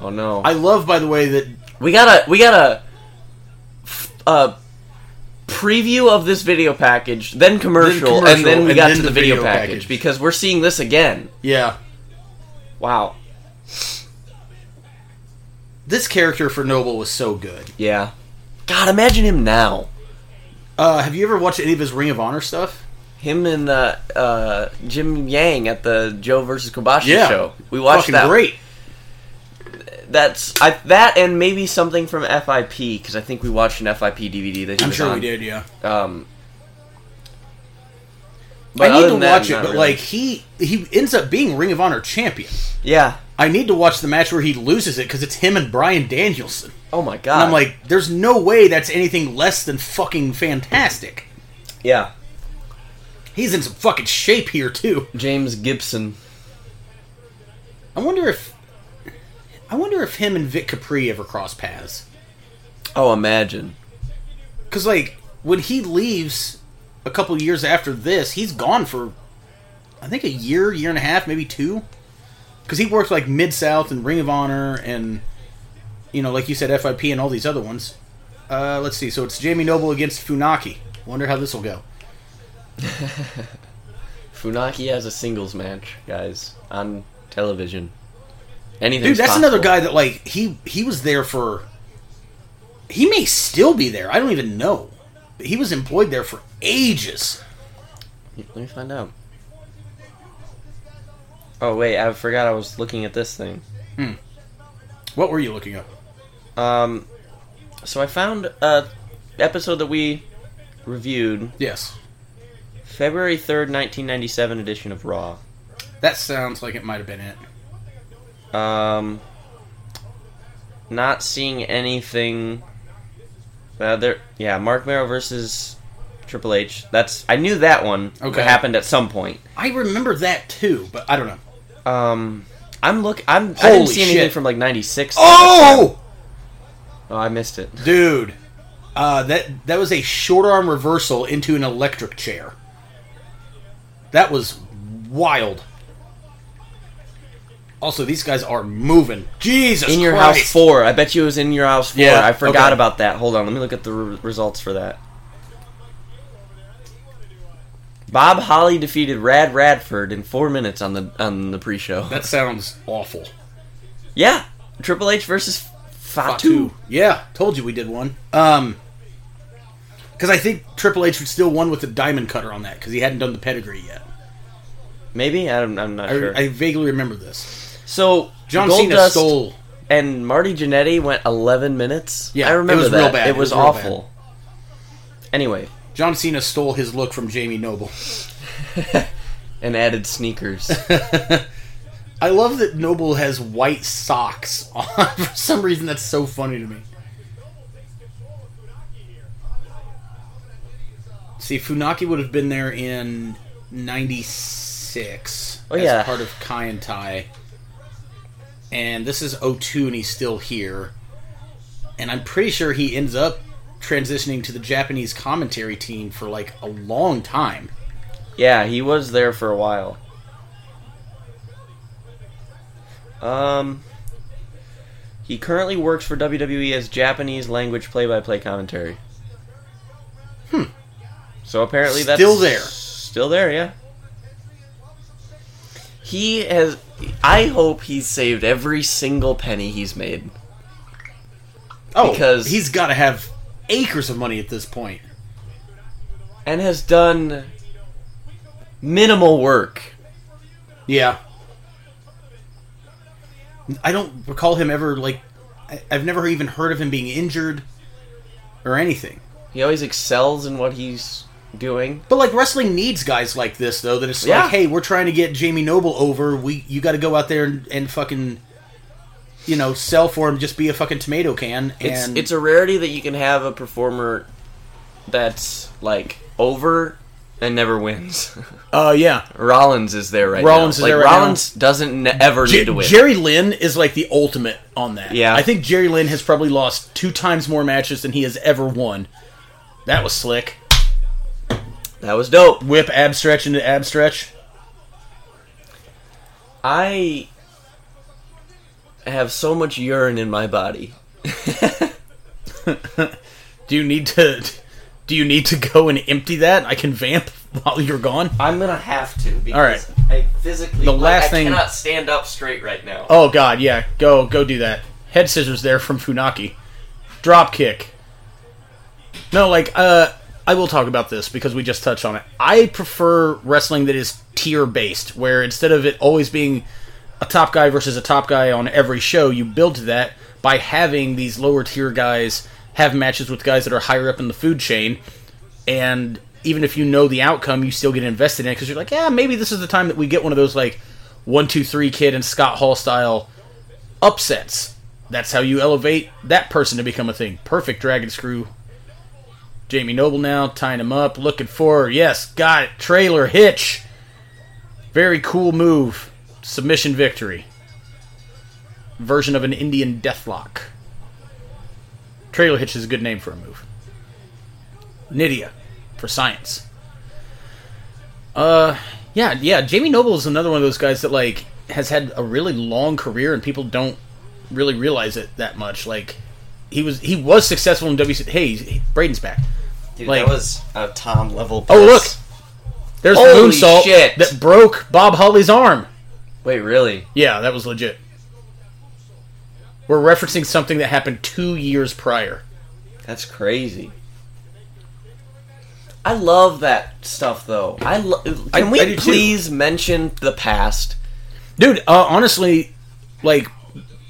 S2: oh no,
S1: I love, by the way, that
S2: we got a we got a f- a preview of this video package, then commercial,
S1: commercial,
S2: and then we
S1: and
S2: got
S1: then
S2: to the, video, package, because we're seeing this again.
S1: yeah,
S2: Wow.
S1: this character for Noble was so good.
S2: Yeah. God, imagine him now.
S1: Uh, have you ever watched any of his Ring of Honor stuff?
S2: Him and uh, uh, Jim Yang at the Joe versus Kobashi
S1: Yeah.
S2: show. We watched
S1: Fucking
S2: that.
S1: great.
S2: That's I, that, and maybe something from FIP because I think we watched an FIP DVD that he
S1: I'm
S2: was
S1: sure
S2: on.
S1: we did. Yeah.
S2: Um, but
S1: I
S2: other
S1: need to
S2: than that,
S1: watch it,
S2: not
S1: but
S2: really.
S1: like he he ends up being Ring of Honor champion.
S2: yeah.
S1: I need to watch the match where he loses it because it's him and Brian Danielson.
S2: Oh my god!
S1: And I'm like, there's no way that's anything less than fucking fantastic.
S2: yeah,
S1: He's in some fucking shape here too.
S2: James Gibson.
S1: I wonder if I wonder if him and Vic Capri ever cross paths.
S2: Oh, imagine.
S1: Cause like when he leaves a couple years after this, he's gone for I think a year, year and a half, maybe two. Because he worked like Mid South and Ring of Honor and you know, like you said, FIP and all these other ones. Uh, let's see. So it's Jamie Noble against Funaki. Wonder how this will go.
S2: Funaki has a singles match, guys, on television. Anything.
S1: Dude, that's another guy that like he he was there for. He may still be there. I don't even know. But he was employed there for ages.
S2: Let me find out. Oh wait, I forgot I was looking at this thing.
S1: What were you looking up?
S2: Um, so I found a episode that we reviewed,
S1: Yes,
S2: February third, nineteen ninety seven edition of Raw.
S1: that sounds like it might have been it.
S2: Um, not seeing anything. Uh, there, yeah, Mark Merrill versus Triple H. That's I knew that one
S1: Okay.
S2: happened at some point.
S1: I remember that too, but I don't know.
S2: Um, I'm look. I'm. I didn't
S1: Holy
S2: see anything
S1: shit.
S2: from like '96. oh, I missed it.
S1: dude, uh, that that was a short arm reversal into an electric chair. That was wild. Also, these guys are moving. Jesus,
S2: In your
S1: Christ.
S2: house four. I bet you it was in your house four.
S1: Yeah,
S2: I forgot
S1: okay.
S2: about that. Hold on. Let me look at the re- results for that. Bob Holly defeated Rad Radford in four minutes on the on the pre-show.
S1: That sounds awful.
S2: Yeah, Triple H versus Fatu.
S1: Yeah, told you we did one. Um, because I think Triple H would still won with the diamond cutter on that because he hadn't done the pedigree yet.
S2: Maybe I'm, I'm not
S1: I,
S2: sure.
S1: I vaguely remember this.
S2: so
S1: John
S2: Goldust
S1: Cena stole.
S2: and Marty Jannetty went 11 minutes.
S1: Yeah,
S2: I
S1: it
S2: remember
S1: was
S2: that.
S1: real bad.
S2: It
S1: It
S2: was,
S1: was real
S2: awful. Anyway,
S1: John Cena stole his look from Jamie Noble.
S2: and added sneakers.
S1: I love that Noble has white socks [LAUGHS] on. For some reason, that's so funny to me. See, Funaki would have been there in '96
S2: Oh,
S1: as
S2: yeah.
S1: part of Kai and Tai, and this is 02, and he's still here. And I'm pretty sure he ends up transitioning to the Japanese commentary team for like a long time.
S2: yeah, he was there for a while. Um he currently works for WWE as Japanese language play-by-play commentary. Hmm. So apparently that's
S1: Still there.
S2: Still there, yeah. He has I hope he's saved every single penny he's made.
S1: Oh,
S2: Because-
S1: he's got to have acres of money at this point.
S2: and has done minimal work.
S1: Yeah. I don't recall him ever like. I- I've never even heard of him being injured or anything.
S2: He always excels in what he's doing.
S1: But like wrestling needs guys like this though. That it's
S2: Yeah.
S1: like, hey, we're trying to get Jamie Noble over. We you got to go out there and, and fucking, you know, sell for him. Just be a fucking tomato can.
S2: It's
S1: And
S2: it's a rarity that you can have a performer that's like over and never wins. [LAUGHS]
S4: Uh, yeah.
S2: Rollins is there right
S4: Rollins
S2: now.
S4: is
S2: like
S4: there right
S2: Rollins doesn't ne- ever
S4: J-
S2: need to win.
S4: Jerry Lynn is like the ultimate on that.
S2: Yeah.
S4: I think Jerry Lynn has probably lost two times more matches than he has ever won. That was slick.
S2: that was dope.
S4: Whip ab stretch into ab stretch.
S2: I have so much urine in my body.
S4: Do you need to? [LAUGHS] Do you need to go and empty that? I can vamp [LAUGHS] while you're gone.
S2: I'm gonna have to because
S4: Alright.
S2: I physically
S4: The
S2: like,
S4: last
S2: I
S4: thing-
S2: cannot stand up straight right now.
S4: Oh God, yeah. Go, go do that. Head scissors there from Funaki. Drop kick. No, like uh,
S1: I will talk about this because we just touched on it. I prefer wrestling that is tier based, where instead of it always being a top guy versus a top guy on every show, you build to that by having these lower tier guys have matches with guys that are higher up in the food chain. And even if you know the outcome, you still get invested in it because you're like, yeah, maybe this is the time that we get one of those like one, two, three kid and Scott Hall style upsets. That's how you elevate that person to become a thing. Perfect dragon screw. Jamie Noble now tying him up, looking for yes, got it. Trailer hitch. Very cool move. Submission victory. Version of an Indian deathlock. Trailer hitch is a good name for a move. Nydia for science. Uh, yeah, yeah. Jamie Noble is another one of those guys that like has had a really long career, and people don't really realize it that much. Like he was, he was successful in WC. Hey, he- Braden's back.
S2: Dude,
S1: Like-
S2: that was a Tom level.
S1: Oh, look!
S2: pass.
S1: There's
S2: Holy
S1: the moonsault
S2: shit.
S1: that broke Bob Holly's arm.
S2: Wait, really?
S1: Yeah, that was legit. We're referencing something that happened two years prior.
S2: That's crazy. I love that stuff, though. I lo- can
S1: I-
S2: we
S1: I do too.
S2: please mention the past?
S1: Dude, uh, honestly, like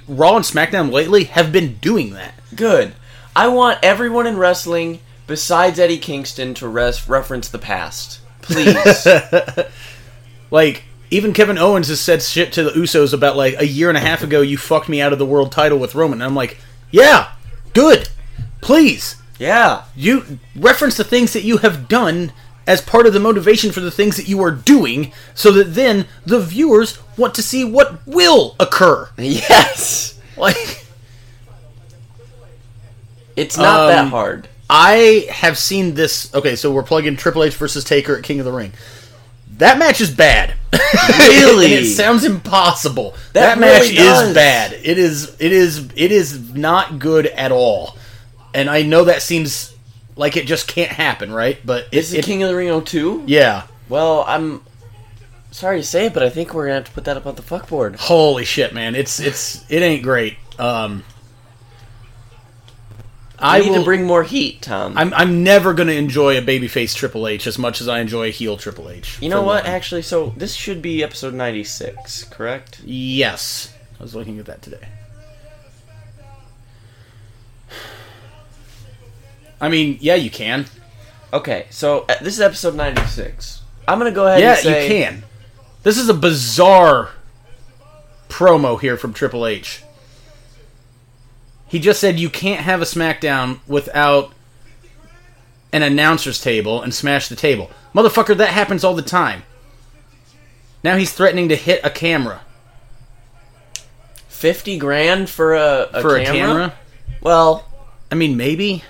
S1: Raw and SmackDown lately have been doing that.
S2: Good. I want everyone in wrestling besides Eddie Kingston to res- reference the past,
S1: [LAUGHS]
S2: please.
S1: Like even Kevin Owens has said shit to the Usos about like a year and a half ago. You fucked me out of the world title with Roman. And I'm like, yeah, good. Please,
S2: yeah,
S1: you reference the things that you have done as part of the motivation for the things that you are doing, so that then the viewers want to see what will occur. [LAUGHS]
S2: yes.
S1: Like
S2: It's not that
S1: Um,
S2: hard.
S1: I have seen this. Okay, so we're plugging Triple H versus Taker at King of the Ring. That match is bad. [LAUGHS]
S2: Really?
S1: And it sounds impossible. That,
S2: That
S1: match
S2: really does.
S1: is bad. It is it is it is not good at all. And I know that seems like it just can't happen, right? But it,
S2: Is the
S1: it-
S2: King of the Ring 02?
S1: yeah.
S2: Well, I'm sorry to say it, but I think we're gonna have to put that up on the fuckboard.
S1: Holy shit, man. It's it's it ain't great. Um
S2: I
S1: I
S2: need
S1: will
S2: to bring more heat, Tom.
S1: I'm I'm never going to enjoy a babyface Triple H as much as I enjoy a heel Triple H.
S2: you know
S1: for
S2: what?
S1: one.
S2: Actually, so this should be episode 96, correct?
S1: Yes. I was looking at that today. I mean, yeah, you can.
S2: Okay, so uh, this is episode 96. I'm gonna go ahead
S1: Yeah,
S2: and say
S1: you can. This is a bizarre promo here from Triple H. He just said you can't have a SmackDown without an announcer's table and smash the table. Motherfucker, that happens all the time. Now he's threatening to hit a camera
S2: 50 grand for a, a
S1: for
S2: camera?
S1: a camera.
S2: Well,
S1: I mean, maybe.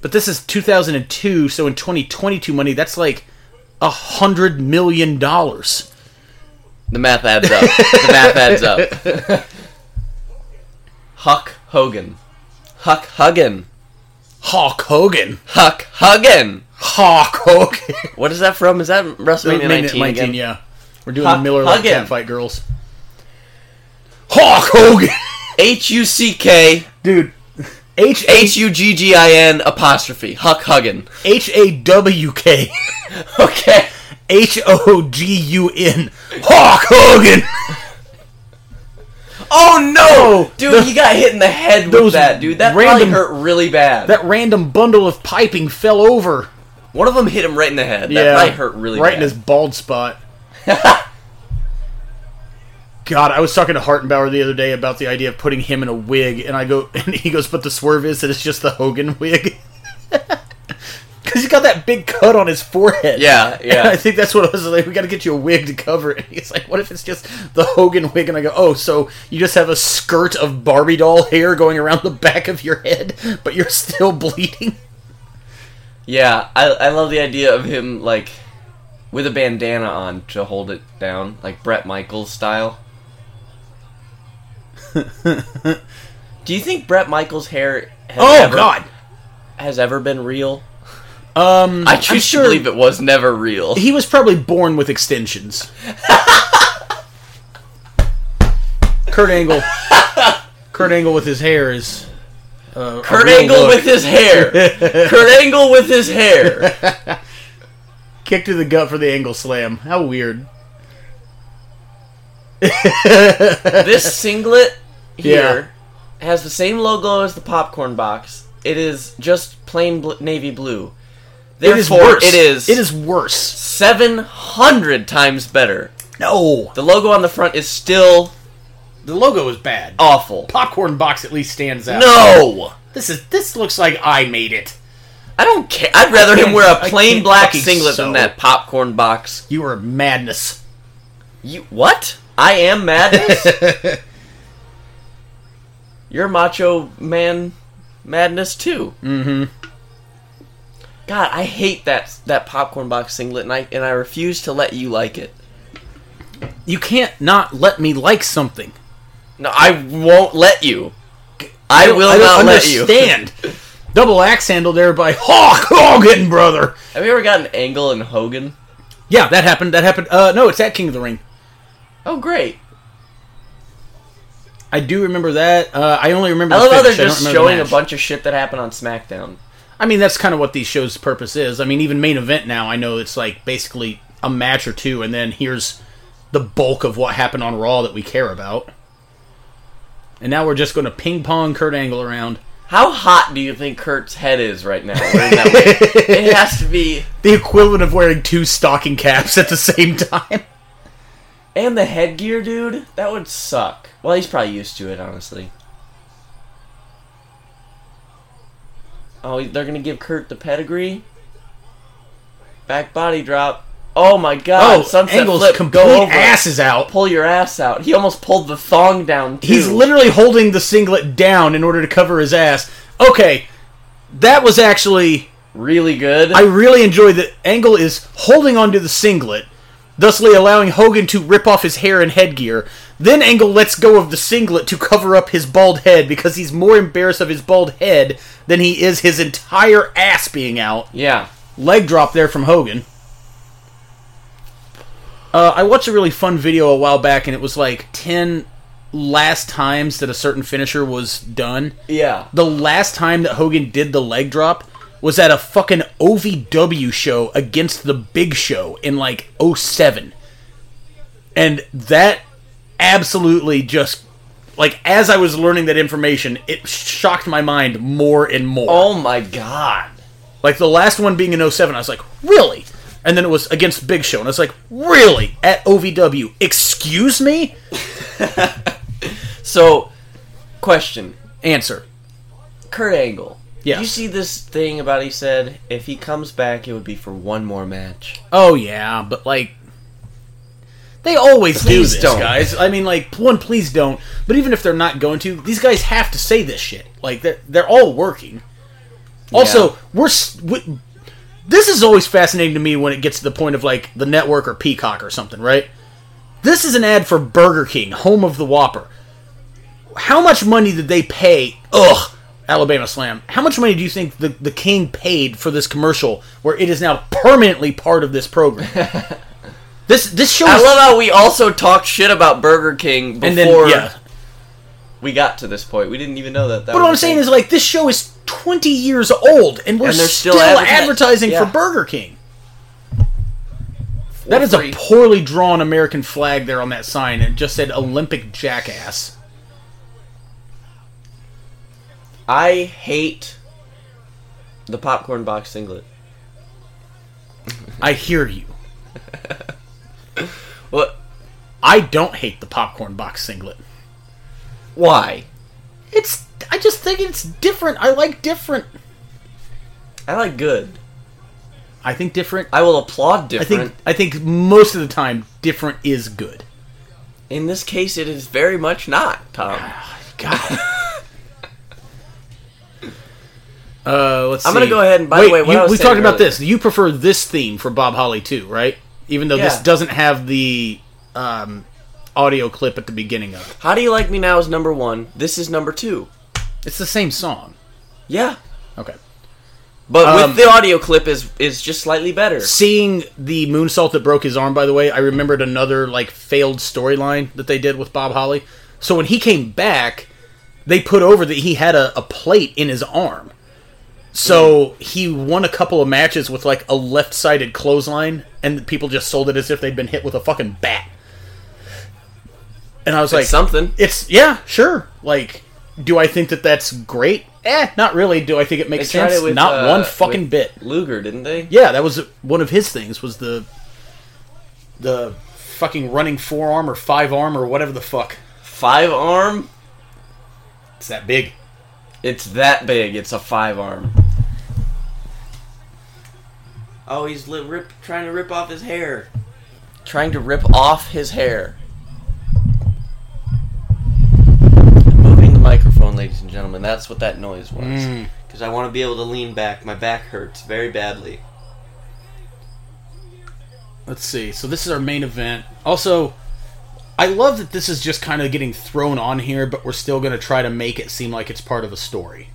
S1: But this is 2002, so in 2022 money, that's like a hundred million dollars.
S2: the math adds up. the
S1: [LAUGHS]
S2: math adds up. Huck Hogan. Huck Hogan.
S1: Hawk Hogan,
S2: Huck Hogan.
S1: Hawk
S2: [LAUGHS]
S1: Hogan.
S2: What is that from? Is that WrestleMania 19, again?
S1: yeah. We're doing
S2: Huck
S1: the Miller Lite
S2: Hogan.
S1: Catfight Girls. Hawk Hogan,
S2: [LAUGHS] H U C K
S1: dude. H
S2: H U G G I N apostrophe Huck Huggin. [LAUGHS]
S1: H A W K [LAUGHS]
S2: Okay.
S1: H O G U N Hawk Hogan.
S2: [LAUGHS] Oh no, dude!
S1: The-
S2: he got hit in the head
S1: those
S2: with that, dude. That
S1: random-
S2: probably hurt really bad.
S1: That random bundle of piping fell over.
S2: One of them hit him right in the head. That probably hurt really
S1: right
S2: bad.
S1: in his bald spot. [LAUGHS] God, I was talking to Hartenbauer the other day about the idea of putting him in a wig, and I go, [LAUGHS] and he goes, "But the swerve is that it's just the Hogan wig." [LAUGHS] Because he's got that big cut on his forehead.
S2: Yeah,
S1: [LAUGHS] And I
S2: yeah.
S1: think that's what I was like. We got to get you a wig to cover it. [LAUGHS] He's like, what if it's just the Hogan wig? And I go, oh, so you just have a skirt of Barbie doll hair going around the back of your head, but you're still bleeding.
S2: yeah, I, I love the idea of him like with a bandana on to hold it down, like Brett
S1: [LAUGHS]
S2: Michaels style. Do you think Brett Michaels' hair has
S1: Oh
S2: ever,
S1: God.
S2: has ever been real?
S1: Um,
S2: I
S1: I'm
S2: choose to believe it was never real.
S1: He was probably born with extensions. Kurt Angle. Kurt Angle with his hair is uh, a
S2: Kurt
S1: real
S2: Angle
S1: look.
S2: with
S1: [LAUGHS]
S2: his hair. Kurt Angle with his hair.
S1: kick to the gut for the angle slam. How weird. [LAUGHS]
S2: This singlet here has the same logo as the popcorn box. It is just plain bl- navy blue. Therefore,
S1: It is worse.
S2: It is,
S1: It is worse.
S2: 700 times better.
S1: No.
S2: The logo on the front is still
S5: The logo is bad.
S2: awful.
S5: Popcorn box at least stands out.
S2: Oh. No!
S5: This is this looks like I made it.
S2: I don't care. I'd rather
S1: [LAUGHS]
S2: him
S1: can't-
S2: wear
S1: I
S2: a plain
S1: can't
S2: black
S1: fucking
S2: singlet
S1: sew.
S2: than that popcorn box.
S1: You are madness.
S2: You what? I
S1: [LAUGHS]
S2: am madness. You're macho man madness too. Mm-hmm. God, I hate that that popcorn box singlet, and I and I refuse to let you like it.
S1: You can't not let me like something.
S2: No, I won't let you. I,
S1: don't-
S2: will
S1: don't
S2: not let you.
S1: understand. Double axe handle there by Hawk Hogan, brother.
S2: [LAUGHS] Have you ever gotten Angle and Hogan?
S1: Yeah, that happened. That happened. Uh, no, it's at King of the Ring.
S2: Oh, great!
S1: I do remember that. Uh, I only remember.
S2: I
S1: the
S2: love how they're
S1: finish. don't
S2: just
S1: remember the
S2: showing a
S1: match.
S2: bunch of shit that happened on SmackDown.
S1: I mean, that's kind of what these shows' purpose is. I mean, even main event now, I know it's like basically a match or two, and then here's the bulk of what happened on Raw that we care about. And now we're just going to ping pong Kurt Angle around.
S2: How hot do you think Kurt's head is right now?
S1: [LAUGHS]
S2: wearing that wig? it has to be,
S1: The equivalent of wearing two stocking caps at the same time.
S2: and the headgear, dude. That would suck. Well, he's probably used to it, honestly. Oh, they're gonna give Kurt the pedigree. Back body drop. Oh my
S1: [LAUGHS]
S2: god!
S1: Oh,
S2: sunset
S1: Angle's
S2: flip.
S1: complete
S2: go over.
S1: ass is out.
S2: Pull your ass out. He almost pulled the thong down. Too.
S1: He's literally holding the singlet down in order to cover his ass. Okay, that was actually.
S2: really good.
S1: I really enjoyed that Angle is holding onto the singlet, thusly allowing Hogan to rip off his hair and headgear. Then Angle lets go of the singlet to cover up his bald head because he's more embarrassed of his bald head than he is his entire ass being out.
S2: yeah.
S1: Leg drop there from Hogan. Uh, I watched a really fun video a while back, and it was like 10 last times that a certain finisher was done
S2: Yeah.
S1: the last time that Hogan did the leg drop was at a fucking OVW show against the Big Show in like 07. And that absolutely just like as I was learning that information, it shocked my mind more and more.
S2: Oh my god.
S1: Like the last one being in 07, I was like, "Really?" And then it was against Big Show and I was like, "Really?" At OVW. Excuse me?
S2: So, question.
S1: Answer.
S2: Kurt Angle.
S1: Yes.
S2: You see this thing about he said if he comes back, it would be for one more match.
S1: Oh yeah, but like they always do
S2: Please
S1: this,
S2: don't.
S1: guys. I mean, like one, please don't. But even if they're not going to, these guys have to say this shit. Like they're they're all working. Also, we're s- we, this is always fascinating to me when it gets to the point of like the network or Peacock or something, right? This is an ad for Burger King, home of the Whopper. How much money did they pay? Ugh, Alabama Slam. How much money do you think the, the King paid for this commercial where it is now permanently part of this
S2: [LAUGHS]
S1: program? this this show
S2: I
S1: is-
S2: love how we also talked shit about Burger King before
S1: and then yeah.
S2: we got to this point. We didn't even know that. that
S1: But what I'm saying is like this show is 20 years old and we're
S2: And they're
S1: still,
S2: still
S1: advertising,
S2: adverti-
S1: for
S2: yeah.
S1: Burger King. That is a
S2: free.
S1: poorly drawn American flag there on that sign. It just said Olympic jackass.
S2: I hate the popcorn box singlet.
S1: I hear you.
S2: What?
S1: I don't hate the popcorn box singlet.
S2: Why?
S1: It's I just think it's different. I like different.
S2: I like good.
S1: I think different.
S2: I will applaud
S1: I
S2: different.
S1: think I think most of the time different is good.
S2: In this case, it is very much not Tom. [LAUGHS]
S1: God. uh, let's.
S2: I'm gonna
S1: see.
S2: go ahead and- by the way, what
S1: you-
S2: I was
S1: we
S2: saying
S1: talked about
S2: earlier-
S1: this. You prefer this theme for Bob Holly too, right? Even though this
S2: Yeah.
S1: doesn't have the um, audio clip at the beginning of it,
S2: How do you like me now is number one. This is number two.
S1: it's the same song.
S2: Yeah,
S1: Okay.
S2: but
S1: Um,
S2: with the audio clip is is just slightly better.
S1: Seeing the moonsault that broke his arm, by the way, I remembered another like failed storyline that they did with Bob Holly. So when he came back,
S6: they put over that he had a, a plate in his arm. So he won a couple of matches with like a left sided clothesline, and people just sold it as if they'd been hit with a fucking bat. And I was like,
S2: something.
S6: it's yeah, sure. Like, do I think that that's great? Eh, not really. Do I think it makes
S2: They tried
S6: sense?
S2: it with,
S6: not
S2: uh,
S6: one fucking
S2: with
S6: bit.
S2: Luger, didn't they?
S6: Yeah, that was one of his things. Was the
S1: The fucking running forearm or five arm or whatever the fuck.
S2: Five arm.
S1: It's that big.
S2: It's that big. It's a five arm. Oh, he's li- rip, trying to rip off his hair. Trying to rip off his hair. Moving the microphone, ladies and gentlemen. That's what that noise was.
S1: Mm.
S2: Because I want to be able to lean back. My back hurts very badly.
S1: Let's see. So this is our main event. Also, I love that this is just kind of getting thrown on here, but we're still going to try to make it seem like it's part of a story.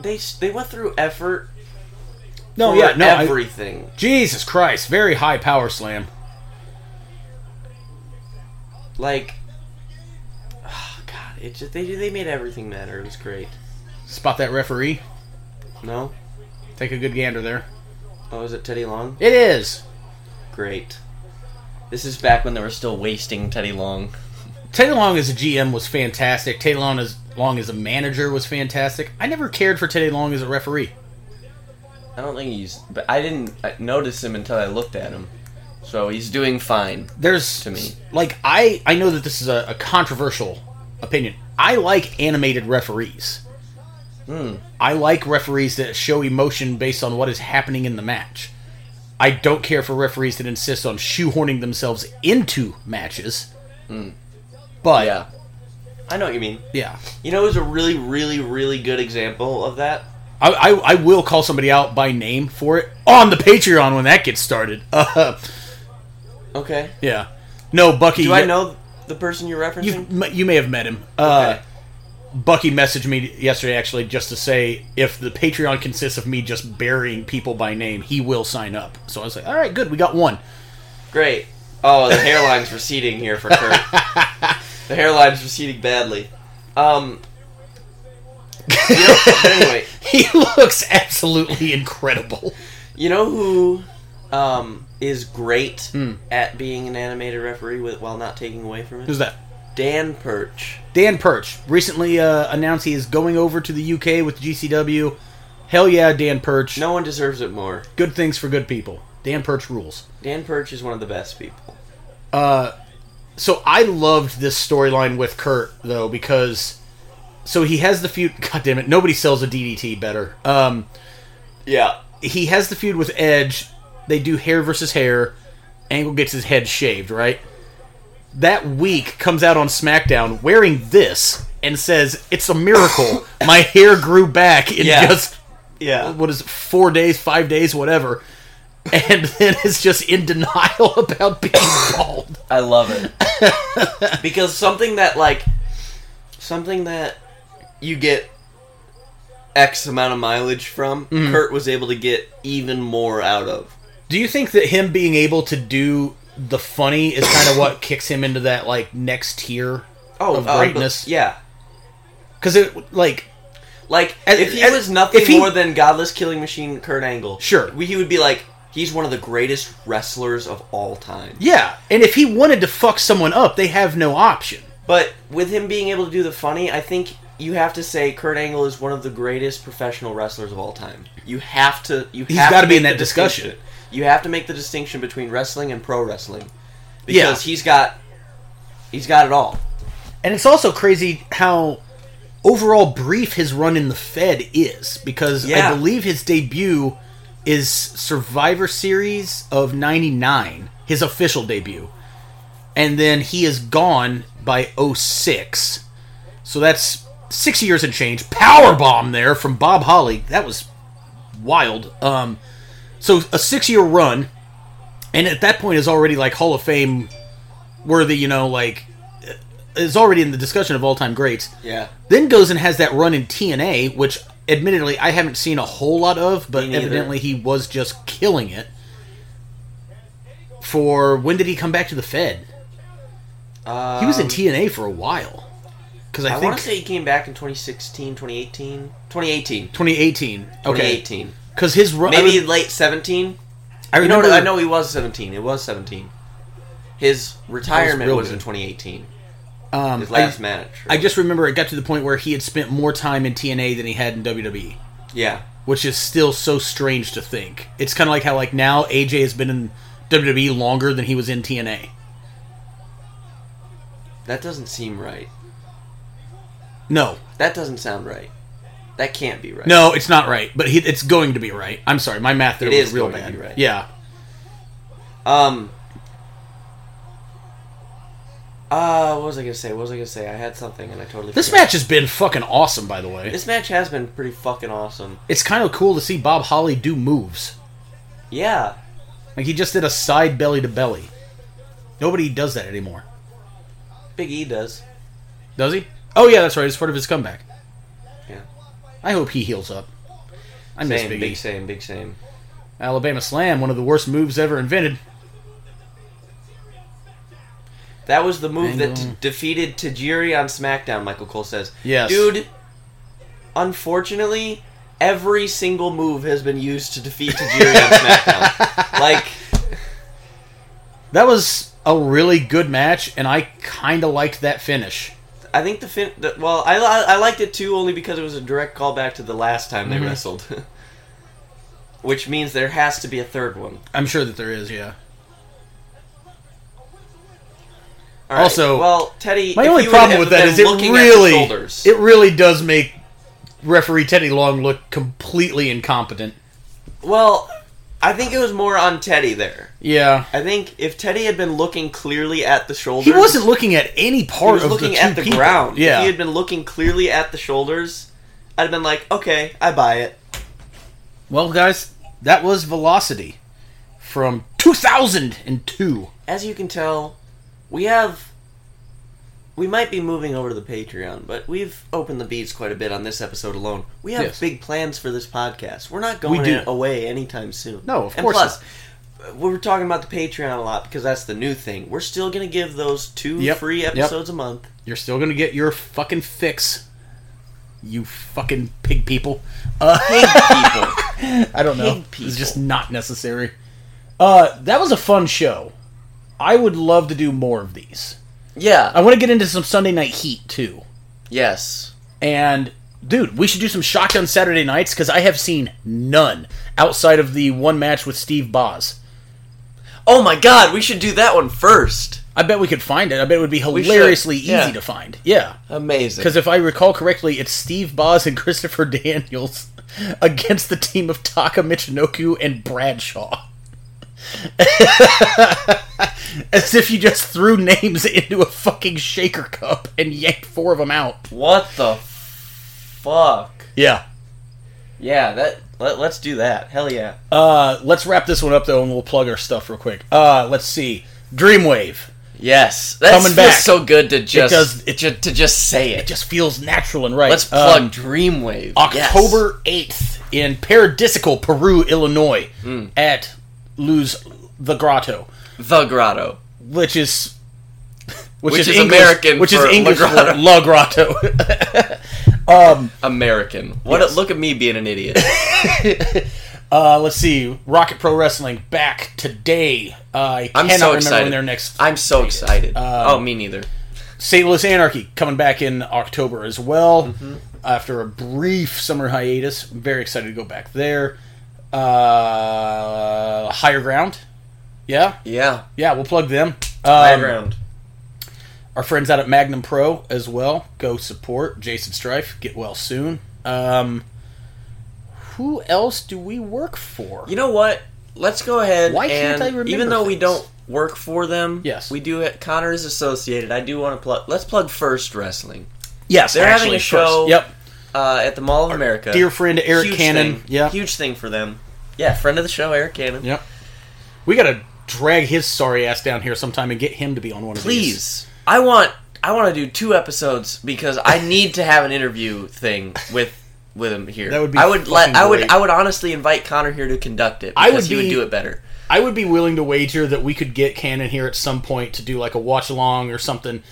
S2: They s- they went through effort.
S1: No,
S2: for
S1: yeah, no. I-
S2: everything.
S1: Jesus Christ, very high power slam.
S2: Like, [SIGHS] oh God, it just they they made everything matter. It was great.
S1: Spot that referee.
S2: No,
S1: Take a good gander there.
S2: oh, is it Teddy Long?
S1: It is
S2: Great. This is back when they were still wasting Teddy Long.
S1: Teddy Long as a GM was fantastic. Teddy Long as Long as a manager was fantastic. I never cared for Teddy Long as a referee.
S2: I don't think he's, but I didn't uh, notice him until I looked at him. So he's doing fine.
S1: There's
S2: To me.
S1: like I I know that this is a, a controversial opinion. I like animated referees.
S2: Hmm.
S1: I like referees that show emotion based on what is happening in the match. I don't care for referees that insist on shoehorning themselves into matches. But
S2: Hmm. Yeah, I know what you mean.
S1: yeah.
S2: You know, it was a really, really, really good example of that.
S1: I, I, I will call somebody out by name for it on the Patreon when that gets started. [LAUGHS] Uh,
S2: Okay.
S1: yeah. No, Bucky.
S2: Do I know the person you're
S1: You,
S2: referencing?
S1: m- you may have met him. Uh, Bucky messaged me yesterday actually just to say if the Patreon consists of me just burying people by name, he will sign up. So I was like, all right, good. We got one. [LAUGHS]
S2: Great. Oh, the hairline's receding here for Kurt. the hairline's receding badly. Um. you know- anyway,
S1: He looks absolutely incredible.
S2: you know who um, is great
S1: Hmm.
S2: at being an animated referee with, while not taking away from it?
S1: Who's that?
S2: Dan Perch.
S1: Dan Perch recently uh, announced he is going over to the UK with GCW. Hell yeah, Dan Perch.
S2: No one deserves it more.
S1: Good things for good people. Dan Perch rules.
S2: Dan Perch is one of the best people.
S1: so I loved this storyline with Kurt though because so he has the feud. [LAUGHS] God damn it! Nobody sells a DDT better. Um,
S2: Yeah.
S1: he has the feud with Edge. They do hair versus hair. Angle gets his head shaved. Right. That week comes out on SmackDown wearing this and says it's a miracle. My hair grew back in
S2: Yeah.
S1: just
S2: Yeah.
S1: what is it, four days, five days, whatever. And [LAUGHS] then is just in denial [LAUGHS] about being bald.
S2: I love it. [LAUGHS] because something that like something that you get X amount of mileage from,
S1: Mm-hmm.
S2: Kurt was able to get even more out of.
S1: Do you think that him being able to do the funny is kind of what kicks him into that like next tier of
S2: uh,
S1: greatness?
S2: but- yeah.
S1: Because it like
S2: Like
S1: As-
S2: if he
S1: as-
S2: was nothing
S1: if he-
S2: more than godless killing machine Kurt Angle,
S1: Sure.
S2: we- he would be like he's one of the greatest wrestlers of all time.
S1: yeah, and if he wanted to fuck someone up, they have no option.
S2: But with him being able to do the funny, I think you have to say Kurt Angle is one of the greatest professional wrestlers of all time. You have to. You
S1: He's
S2: have
S1: gotta
S2: to
S1: be in
S2: make
S1: that
S2: the
S1: discussion.
S2: distinction. You have to make the distinction between wrestling and pro wrestling because he's got he's got it all.
S1: And it's also crazy how overall brief his run in the Fed is because
S2: Yeah.
S1: I believe his debut is Survivor Series of 99, his official debut. And then he is gone by 06. So that's 6 years and change. Power bomb there from Bob Holly. That was wild. Um so a 6-year run and at that point is already like Hall of Fame worthy, you know, like is already in the discussion of all time greats.
S2: Yeah.
S1: Then goes and has that run in TNA, which admittedly I haven't seen a whole lot of, but
S2: Me neither.
S1: evidently he was just killing it. For when did he come back to the Fed?
S2: Um,
S1: He was in TNA for a while. because I,
S2: I want
S1: think
S2: to say he came back in 2016, 2018, 2018,
S1: 2018. Okay,
S2: 2018.
S1: because his run.
S2: Maybe
S1: I, re-
S2: late 17.
S1: I
S2: You know,
S1: remember.
S2: I know he was 17. It was 17. His retirement
S1: real
S2: was, in
S1: good.
S2: 2018.
S1: um,
S2: His last
S1: I,
S2: match.
S1: I just remember it got to the point where he had spent more time in TNA than he had in E. WWE,
S2: yeah.
S1: which is still so strange to think. It's kind of like how like now AJ has been in WWE longer than he was in TNA.
S2: That doesn't seem right.
S1: No,
S2: That doesn't sound right. That can't be right.
S1: no, it's not right, but he, it's going to be right. I'm sorry, my math there
S2: It
S1: was
S2: is
S1: real
S2: going to
S1: bad.
S2: be right.
S1: Yeah,
S2: Um. Uh, what was I gonna say? What was I gonna say? I had something and I totally.
S1: this
S2: forgot.
S1: match has been fucking awesome, by the way.
S2: This match has been pretty fucking awesome.
S1: it's kind of cool to see Bob Holly do moves.
S2: Yeah.
S1: Like he just did a side belly to belly. Nobody does that anymore,
S2: Big E does.
S1: does he? Oh yeah, that's right. It's part of his comeback.
S2: Yeah.
S1: I hope he heals up. I miss
S2: same,
S1: Big, E.
S2: big same, big same.
S1: Alabama Slam, one of the worst moves ever invented.
S2: That was the move that
S1: Angle.
S2: d- defeated Tajiri on SmackDown. Michael Cole says,
S1: Yes.
S2: dude." Unfortunately, every single move has been used to defeat Tajiri
S1: [LAUGHS]
S2: on SmackDown. Like,
S1: That was a really good match, and I kind of liked that finish.
S2: I think the fin. The, well, I, li- I liked it too, only because it was a direct callback to the last time they
S1: Mhm.
S2: wrestled, [LAUGHS] which means there has to be a third one.
S1: I'm sure that there is, yeah.
S2: All right,
S1: Also,
S2: well, Teddy,
S1: My
S2: if
S1: only
S2: you would
S1: problem
S2: have
S1: with that
S2: been
S1: is it
S2: looking at the
S1: really,
S2: shoulders.
S1: it really does make referee Teddy Long look completely incompetent.
S2: well, I think it was more on Teddy there.
S1: Yeah,
S2: I think if Teddy had been looking clearly at the
S1: he
S2: shoulders,
S1: wasn't looking at any part
S2: He was
S1: of
S2: looking
S1: the two
S2: at the
S1: people.
S2: ground.
S1: Yeah,
S2: If he had been looking clearly at the shoulders, I'd have been like, okay, I buy it.
S1: Well, guys, that was Velocity from 2002.
S2: As you can tell, we have. We might be moving over to the Patreon, but we've opened the beats quite a bit on this episode alone. We have
S1: Yes.
S2: big plans for this podcast. We're not going
S1: do.
S2: away anytime soon.
S1: No, of
S2: and
S1: course
S2: Plus, we were talking about the Patreon a lot because that's the new thing. We're still going to give those two
S1: Yep,
S2: free
S1: yep.
S2: episodes a month.
S1: You're still gonna get your fucking fix, you fucking pig people. Uh,
S2: [LAUGHS] Pig people.
S1: I don't know.
S2: Pig
S1: It's just
S2: people.
S1: not necessary. Uh, that was a fun show. I would love to do more of these. I
S2: Yeah.
S1: want to get into some Sunday Night Heat too.
S2: Yes.
S1: And dude, we should do some shotgun Saturday nights because I have seen none outside of the one match with Steve Boz.
S2: Oh my god, we should do that one first.
S1: I bet we could find it. I bet it would be
S2: should,
S1: hilariously easy
S2: yeah.
S1: to find. Yeah.
S2: Amazing.
S1: Because if I recall correctly, it's Steve Boz and [LAUGHS] Christopher Daniels against the team of Taka Michinoku and Bradshaw. [LAUGHS] As if you just threw names into a fucking shaker cup and yanked four of them out.
S2: What the fuck?
S1: Yeah.
S2: Yeah, that let, let's do that. Hell yeah.
S1: Uh, let's wrap this one up though, and we'll plug our stuff real quick. Uh, let's see. Dreamwave.
S2: Yes. That
S1: Coming
S2: feels
S1: back.
S2: so good to just
S1: does-
S2: it ju- to just say it.
S1: Just feels natural and right.
S2: let's plug
S1: Um,
S2: Dreamwave. Yes.
S1: October 8th in Paradisical, Peru, Illinois, at Luz the Grotto.
S2: The Grotto.
S1: which is which,
S2: Which is American
S1: which
S2: for
S1: is English
S2: La Grotto.
S1: for La Grotto.
S2: American. What a, look at me being
S1: [LAUGHS]
S2: an idiot.
S1: [LAUGHS] uh, let's see, Rocket Pro Wrestling back today. Uh, I
S2: I'm
S1: cannot
S2: so
S1: remember
S2: excited.
S1: when their next
S2: I'm so excited.
S1: Um,
S2: oh, me neither.
S1: St. Louis Anarchy coming back in October as well
S2: Mm-hmm.
S1: after a brief summer hiatus. I'm very excited to go back there. Uh, higher ground, yeah,
S2: Yeah.
S1: yeah. We'll plug them.
S2: High
S1: Um,
S2: ground.
S1: our friends out at Magnum Pro as well. Go support Jason Strife. Get well soon. Um, who else do we work for?
S2: You know what? Let's go ahead.
S1: Why can't
S2: and
S1: I remember
S2: Even though we
S1: things?
S2: don't work for them,
S1: Yes.
S2: we do. Connor is associated. I do want to plug. Let's plug First Wrestling
S1: yes,
S2: they're having
S1: actually,
S2: a show-
S1: first. Yep,
S2: uh, at the Mall of America.
S1: dear friend Eric
S2: Huge
S1: Cannon.
S2: thing.
S1: Yeah,
S2: huge thing for them. Yeah, friend of the show, Eric Cannon.
S1: yep. We gotta drag his sorry ass down here sometime and get him to be on one of these.
S2: Please, I want I want to do two episodes because I need to have an interview thing with with him here.
S1: That would be
S2: I would let
S1: fucking
S2: I would
S1: great.
S2: I would honestly invite Connor here to conduct it.
S1: I
S2: because
S1: would
S2: he would
S1: be-
S2: do it better.
S1: I would be willing to wager that we could get Cannon here at some point to do like a watch along or something.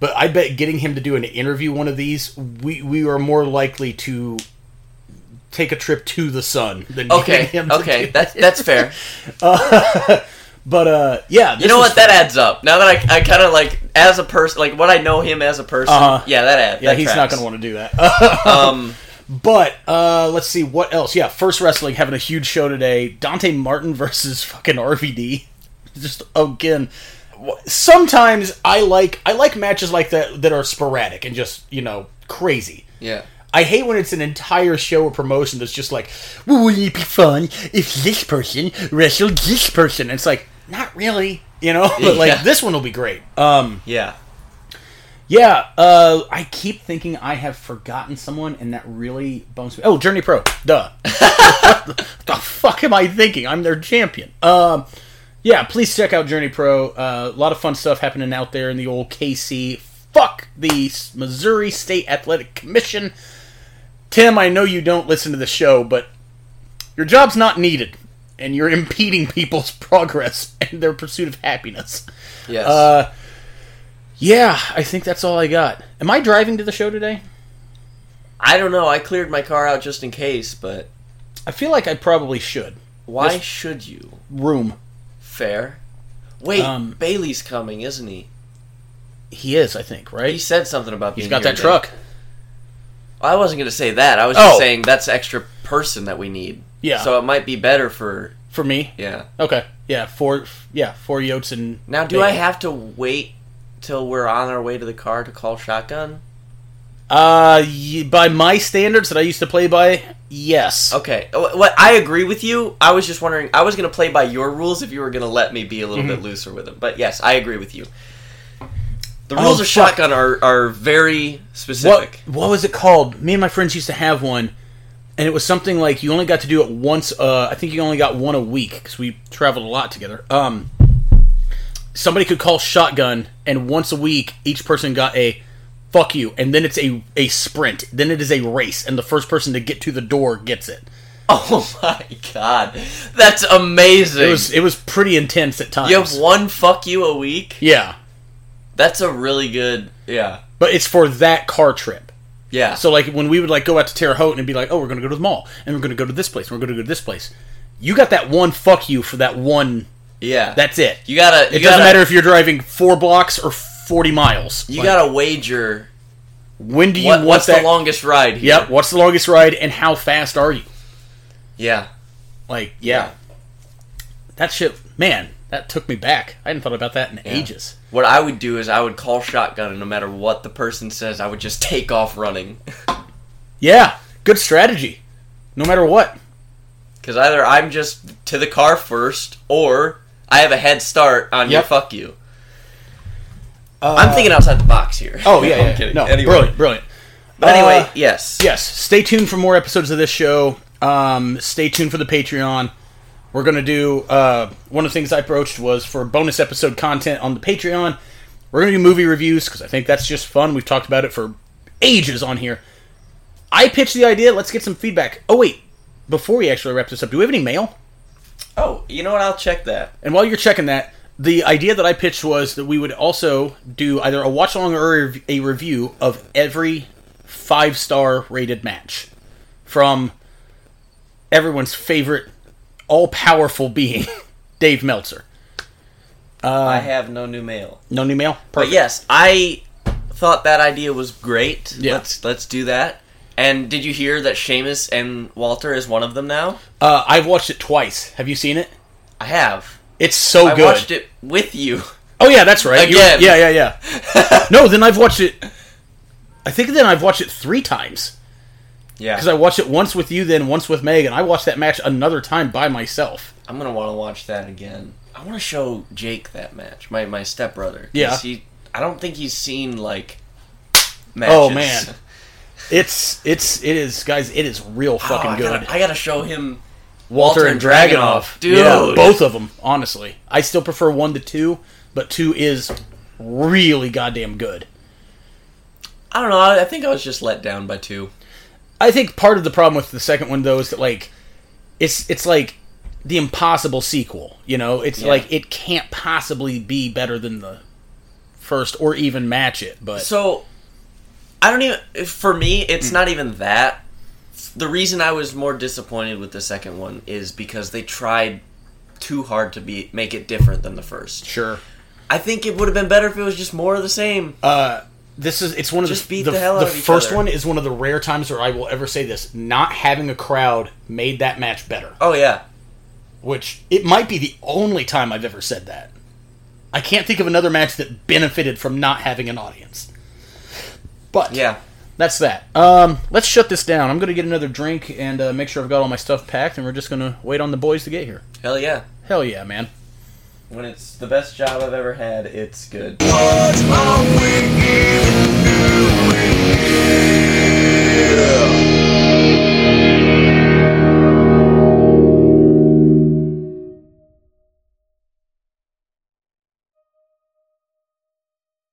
S1: But I bet getting him to do an interview one of these, we we are more likely to take a trip to the sun than [LAUGHS] getting
S2: Okay,
S1: him to
S2: okay,
S1: do-
S2: that's
S1: [LAUGHS]
S2: that's fair.
S1: But uh, yeah,
S2: You know what? That adds up. Now that I, I kind of like as a person, like what I know him as a person.
S1: Uh-huh.
S2: Yeah, that adds.
S1: yeah, he's not going to want to do that. Uh, [LAUGHS]
S2: Um,
S1: but uh, let's see what else. Yeah, first wrestling having a huge show today. Dante Martin [LAUGHS] versus fucking RVD. Just again, wh- sometimes I like I like matches like that that are sporadic and just you know crazy.
S2: yeah.
S1: I hate when it's an entire show or promotion that's just like, wouldn't it be fun if this person wrestled this person? And it's like, not really, you know. [LAUGHS] But like
S2: Yeah.
S1: this one will be great. Um,
S2: Yeah.
S1: yeah. Uh, I keep thinking I have forgotten someone, and that really bums me. Oh, Journey Pro, duh. [LAUGHS] the fuck am I thinking? I'm their champion. Um, yeah, please check out Journey Pro. Uh, a lot of fun stuff happening out there in the old KC. Fuck the S- Missouri State Athletic Commission. Tim, I know you don't listen to the show, but your job's not needed, and you're impeding people's [LAUGHS] progress and their pursuit of happiness.
S2: Yes.
S1: Uh, yeah, I think that's all I got. Am I driving to the show today?
S2: I don't know. I cleared my car out just in case, but
S1: I feel like I probably should.
S2: why
S1: Yes.
S2: should you?
S1: Room.
S2: Fair. Wait,
S1: Um,
S2: Bailey's coming, isn't he?
S1: He is, I think, right?
S2: He said something about
S1: He's
S2: being
S1: got
S2: here
S1: that
S2: today.
S1: truck.
S2: I wasn't going to say that. I was
S1: Oh.
S2: just saying that's extra person that we need.
S1: Yeah.
S2: So it might be better for
S1: For me.
S2: yeah.
S1: Okay. Yeah, four yeah, four yotes and
S2: Now, do
S1: bacon.
S2: I have to wait till we're on our way to the car to call shotgun?
S1: Uh y- by my standards that I used to play by, yes.
S2: Okay. Oh, What I agree with you. I was just wondering. I was going to play by your rules if you were going to let me be a
S1: Mm-hmm.
S2: little bit looser with them. But yes, I agree with you. The
S1: Oh,
S2: rules of
S1: fuck.
S2: shotgun are are very
S1: What
S2: specific. [LAUGHS]
S1: what was it called? Me and my friends used to have one and it was something like you only got to do it once uh I think you only got one a week cuz we traveled a lot together. Um somebody could call shotgun and once a week each person got a fuck you and then it's a a sprint. Then it is a race and the first person to get to the door gets it.
S2: Oh my god, that's amazing.
S1: It was it was pretty intense at times.
S2: you have one fuck you a week.
S1: Yeah,
S2: That's a really good. Yeah.
S1: but it's for that car trip.
S2: Yeah.
S1: So like when we would like go out to Terre Haute and be like, oh, we're gonna go to the mall and we're gonna go to this place and we're gonna go to this place. You got that one fuck you for that one.
S2: yeah.
S1: That's it.
S2: you gotta.
S1: it
S2: you
S1: doesn't
S2: gotta-
S1: matter if you're driving four blocks or forty miles.
S2: You
S1: Like,
S2: gotta wager.
S1: When do you
S2: What,
S1: want
S2: what's
S1: that?
S2: the longest ride? Here?
S1: yep. What's the longest ride and how fast are you?
S2: Yeah.
S1: Like yeah, that shit, man. That took me back. I hadn't thought about that in ages.
S2: What I would do is I would call shotgun, and no matter what the person says, I would just take off running. [LAUGHS]
S1: Yeah, good strategy. No matter what.
S2: Because either I'm just to the car first, or I have a head start on your
S1: Yep.
S2: fuck you. I'm thinking outside the box here.
S1: Oh
S2: No,
S1: yeah,
S2: [LAUGHS] I'm
S1: yeah.
S2: kidding.
S1: no,
S2: Anyway.
S1: brilliant, brilliant.
S2: But anyway,
S1: Uh,
S2: yes.
S1: yes, stay tuned for more episodes of this show. Um, stay tuned for the Patreon. We're gonna do uh, one of the things I approached was for bonus episode content on the Patreon. We're gonna do movie reviews because I think that's just fun. We've talked about it for ages on here. I pitched the idea. Let's get some feedback. Oh wait, before we actually wrap this up, do we have any mail?
S2: Oh, you know what? I'll check that.
S1: And while you're checking that, the idea that I pitched was that we would also do either a watch along or a rev- a review of every five star rated match from everyone's favorite all powerful being, [LAUGHS] Dave Meltzer.
S2: I
S1: Uh-huh.
S2: have no new mail.
S1: No new mail?
S2: But yes, I thought that idea was great.
S1: Yeah.
S2: Let's let's do that. And did you hear that Seamus and Walter is one of them now?
S1: Uh, I've watched it twice. Have you seen it?
S2: I have.
S1: It's so
S2: I
S1: good.
S2: watched it with you.
S1: Oh yeah, that's right. You-
S2: Again.
S1: yeah, yeah,
S2: [LAUGHS]
S1: yeah. no, then I've watched it. I think then I've watched it three times.
S2: Yeah.
S1: because I watched it once with you, then once with Meg, and I watched that match another time by myself.
S2: [LAUGHS] I'm gonna want to watch that again. I want to show Jake that match, my my stepbrother. 'cause
S1: Yeah.
S2: he. I don't think he's seen like. Matches.
S1: Oh,
S2: [LAUGHS]
S1: man. It's it's it is guys, it is real
S2: Oh,
S1: fucking
S2: I
S1: good.
S2: Gotta, I gotta show him.
S1: Walter,
S2: Walter
S1: and
S2: and
S1: Dragonoff,
S2: Dragunov, dude.
S1: yeah, both of them. Honestly, I still prefer one to two, but two is really goddamn good.
S2: I don't know. I I think I was just let down by two.
S1: I think part of the problem with the second one though is that like it's it's like the impossible sequel. You know, it's
S2: Yeah.
S1: like it can't possibly be better than the
S7: first or even match it. But
S2: So I don't even for me it's not even that. The reason I was more disappointed with the second one is because they tried too hard to be make it different than the first.
S1: Sure.
S2: I think it would have been better if it was just more of the same.
S1: This is it's one of
S2: Just
S1: the
S2: beat the hell out of each
S1: first
S2: other.
S1: one is one of the rare times where I will ever say this. Not having a crowd made that match better.
S2: oh yeah.
S1: Which it might be the only time I've ever said that. I can't think of another match that benefited from not having an audience. But
S2: Yeah.
S1: that's that. Um, let's shut this down. I'm gonna get another drink and uh, make sure I've got all my stuff packed, and we're just gonna wait on the boys to get here.
S2: Hell yeah.
S1: Hell yeah, man.
S2: When it's the best job I've ever had, it's good.
S8: Watch my wings.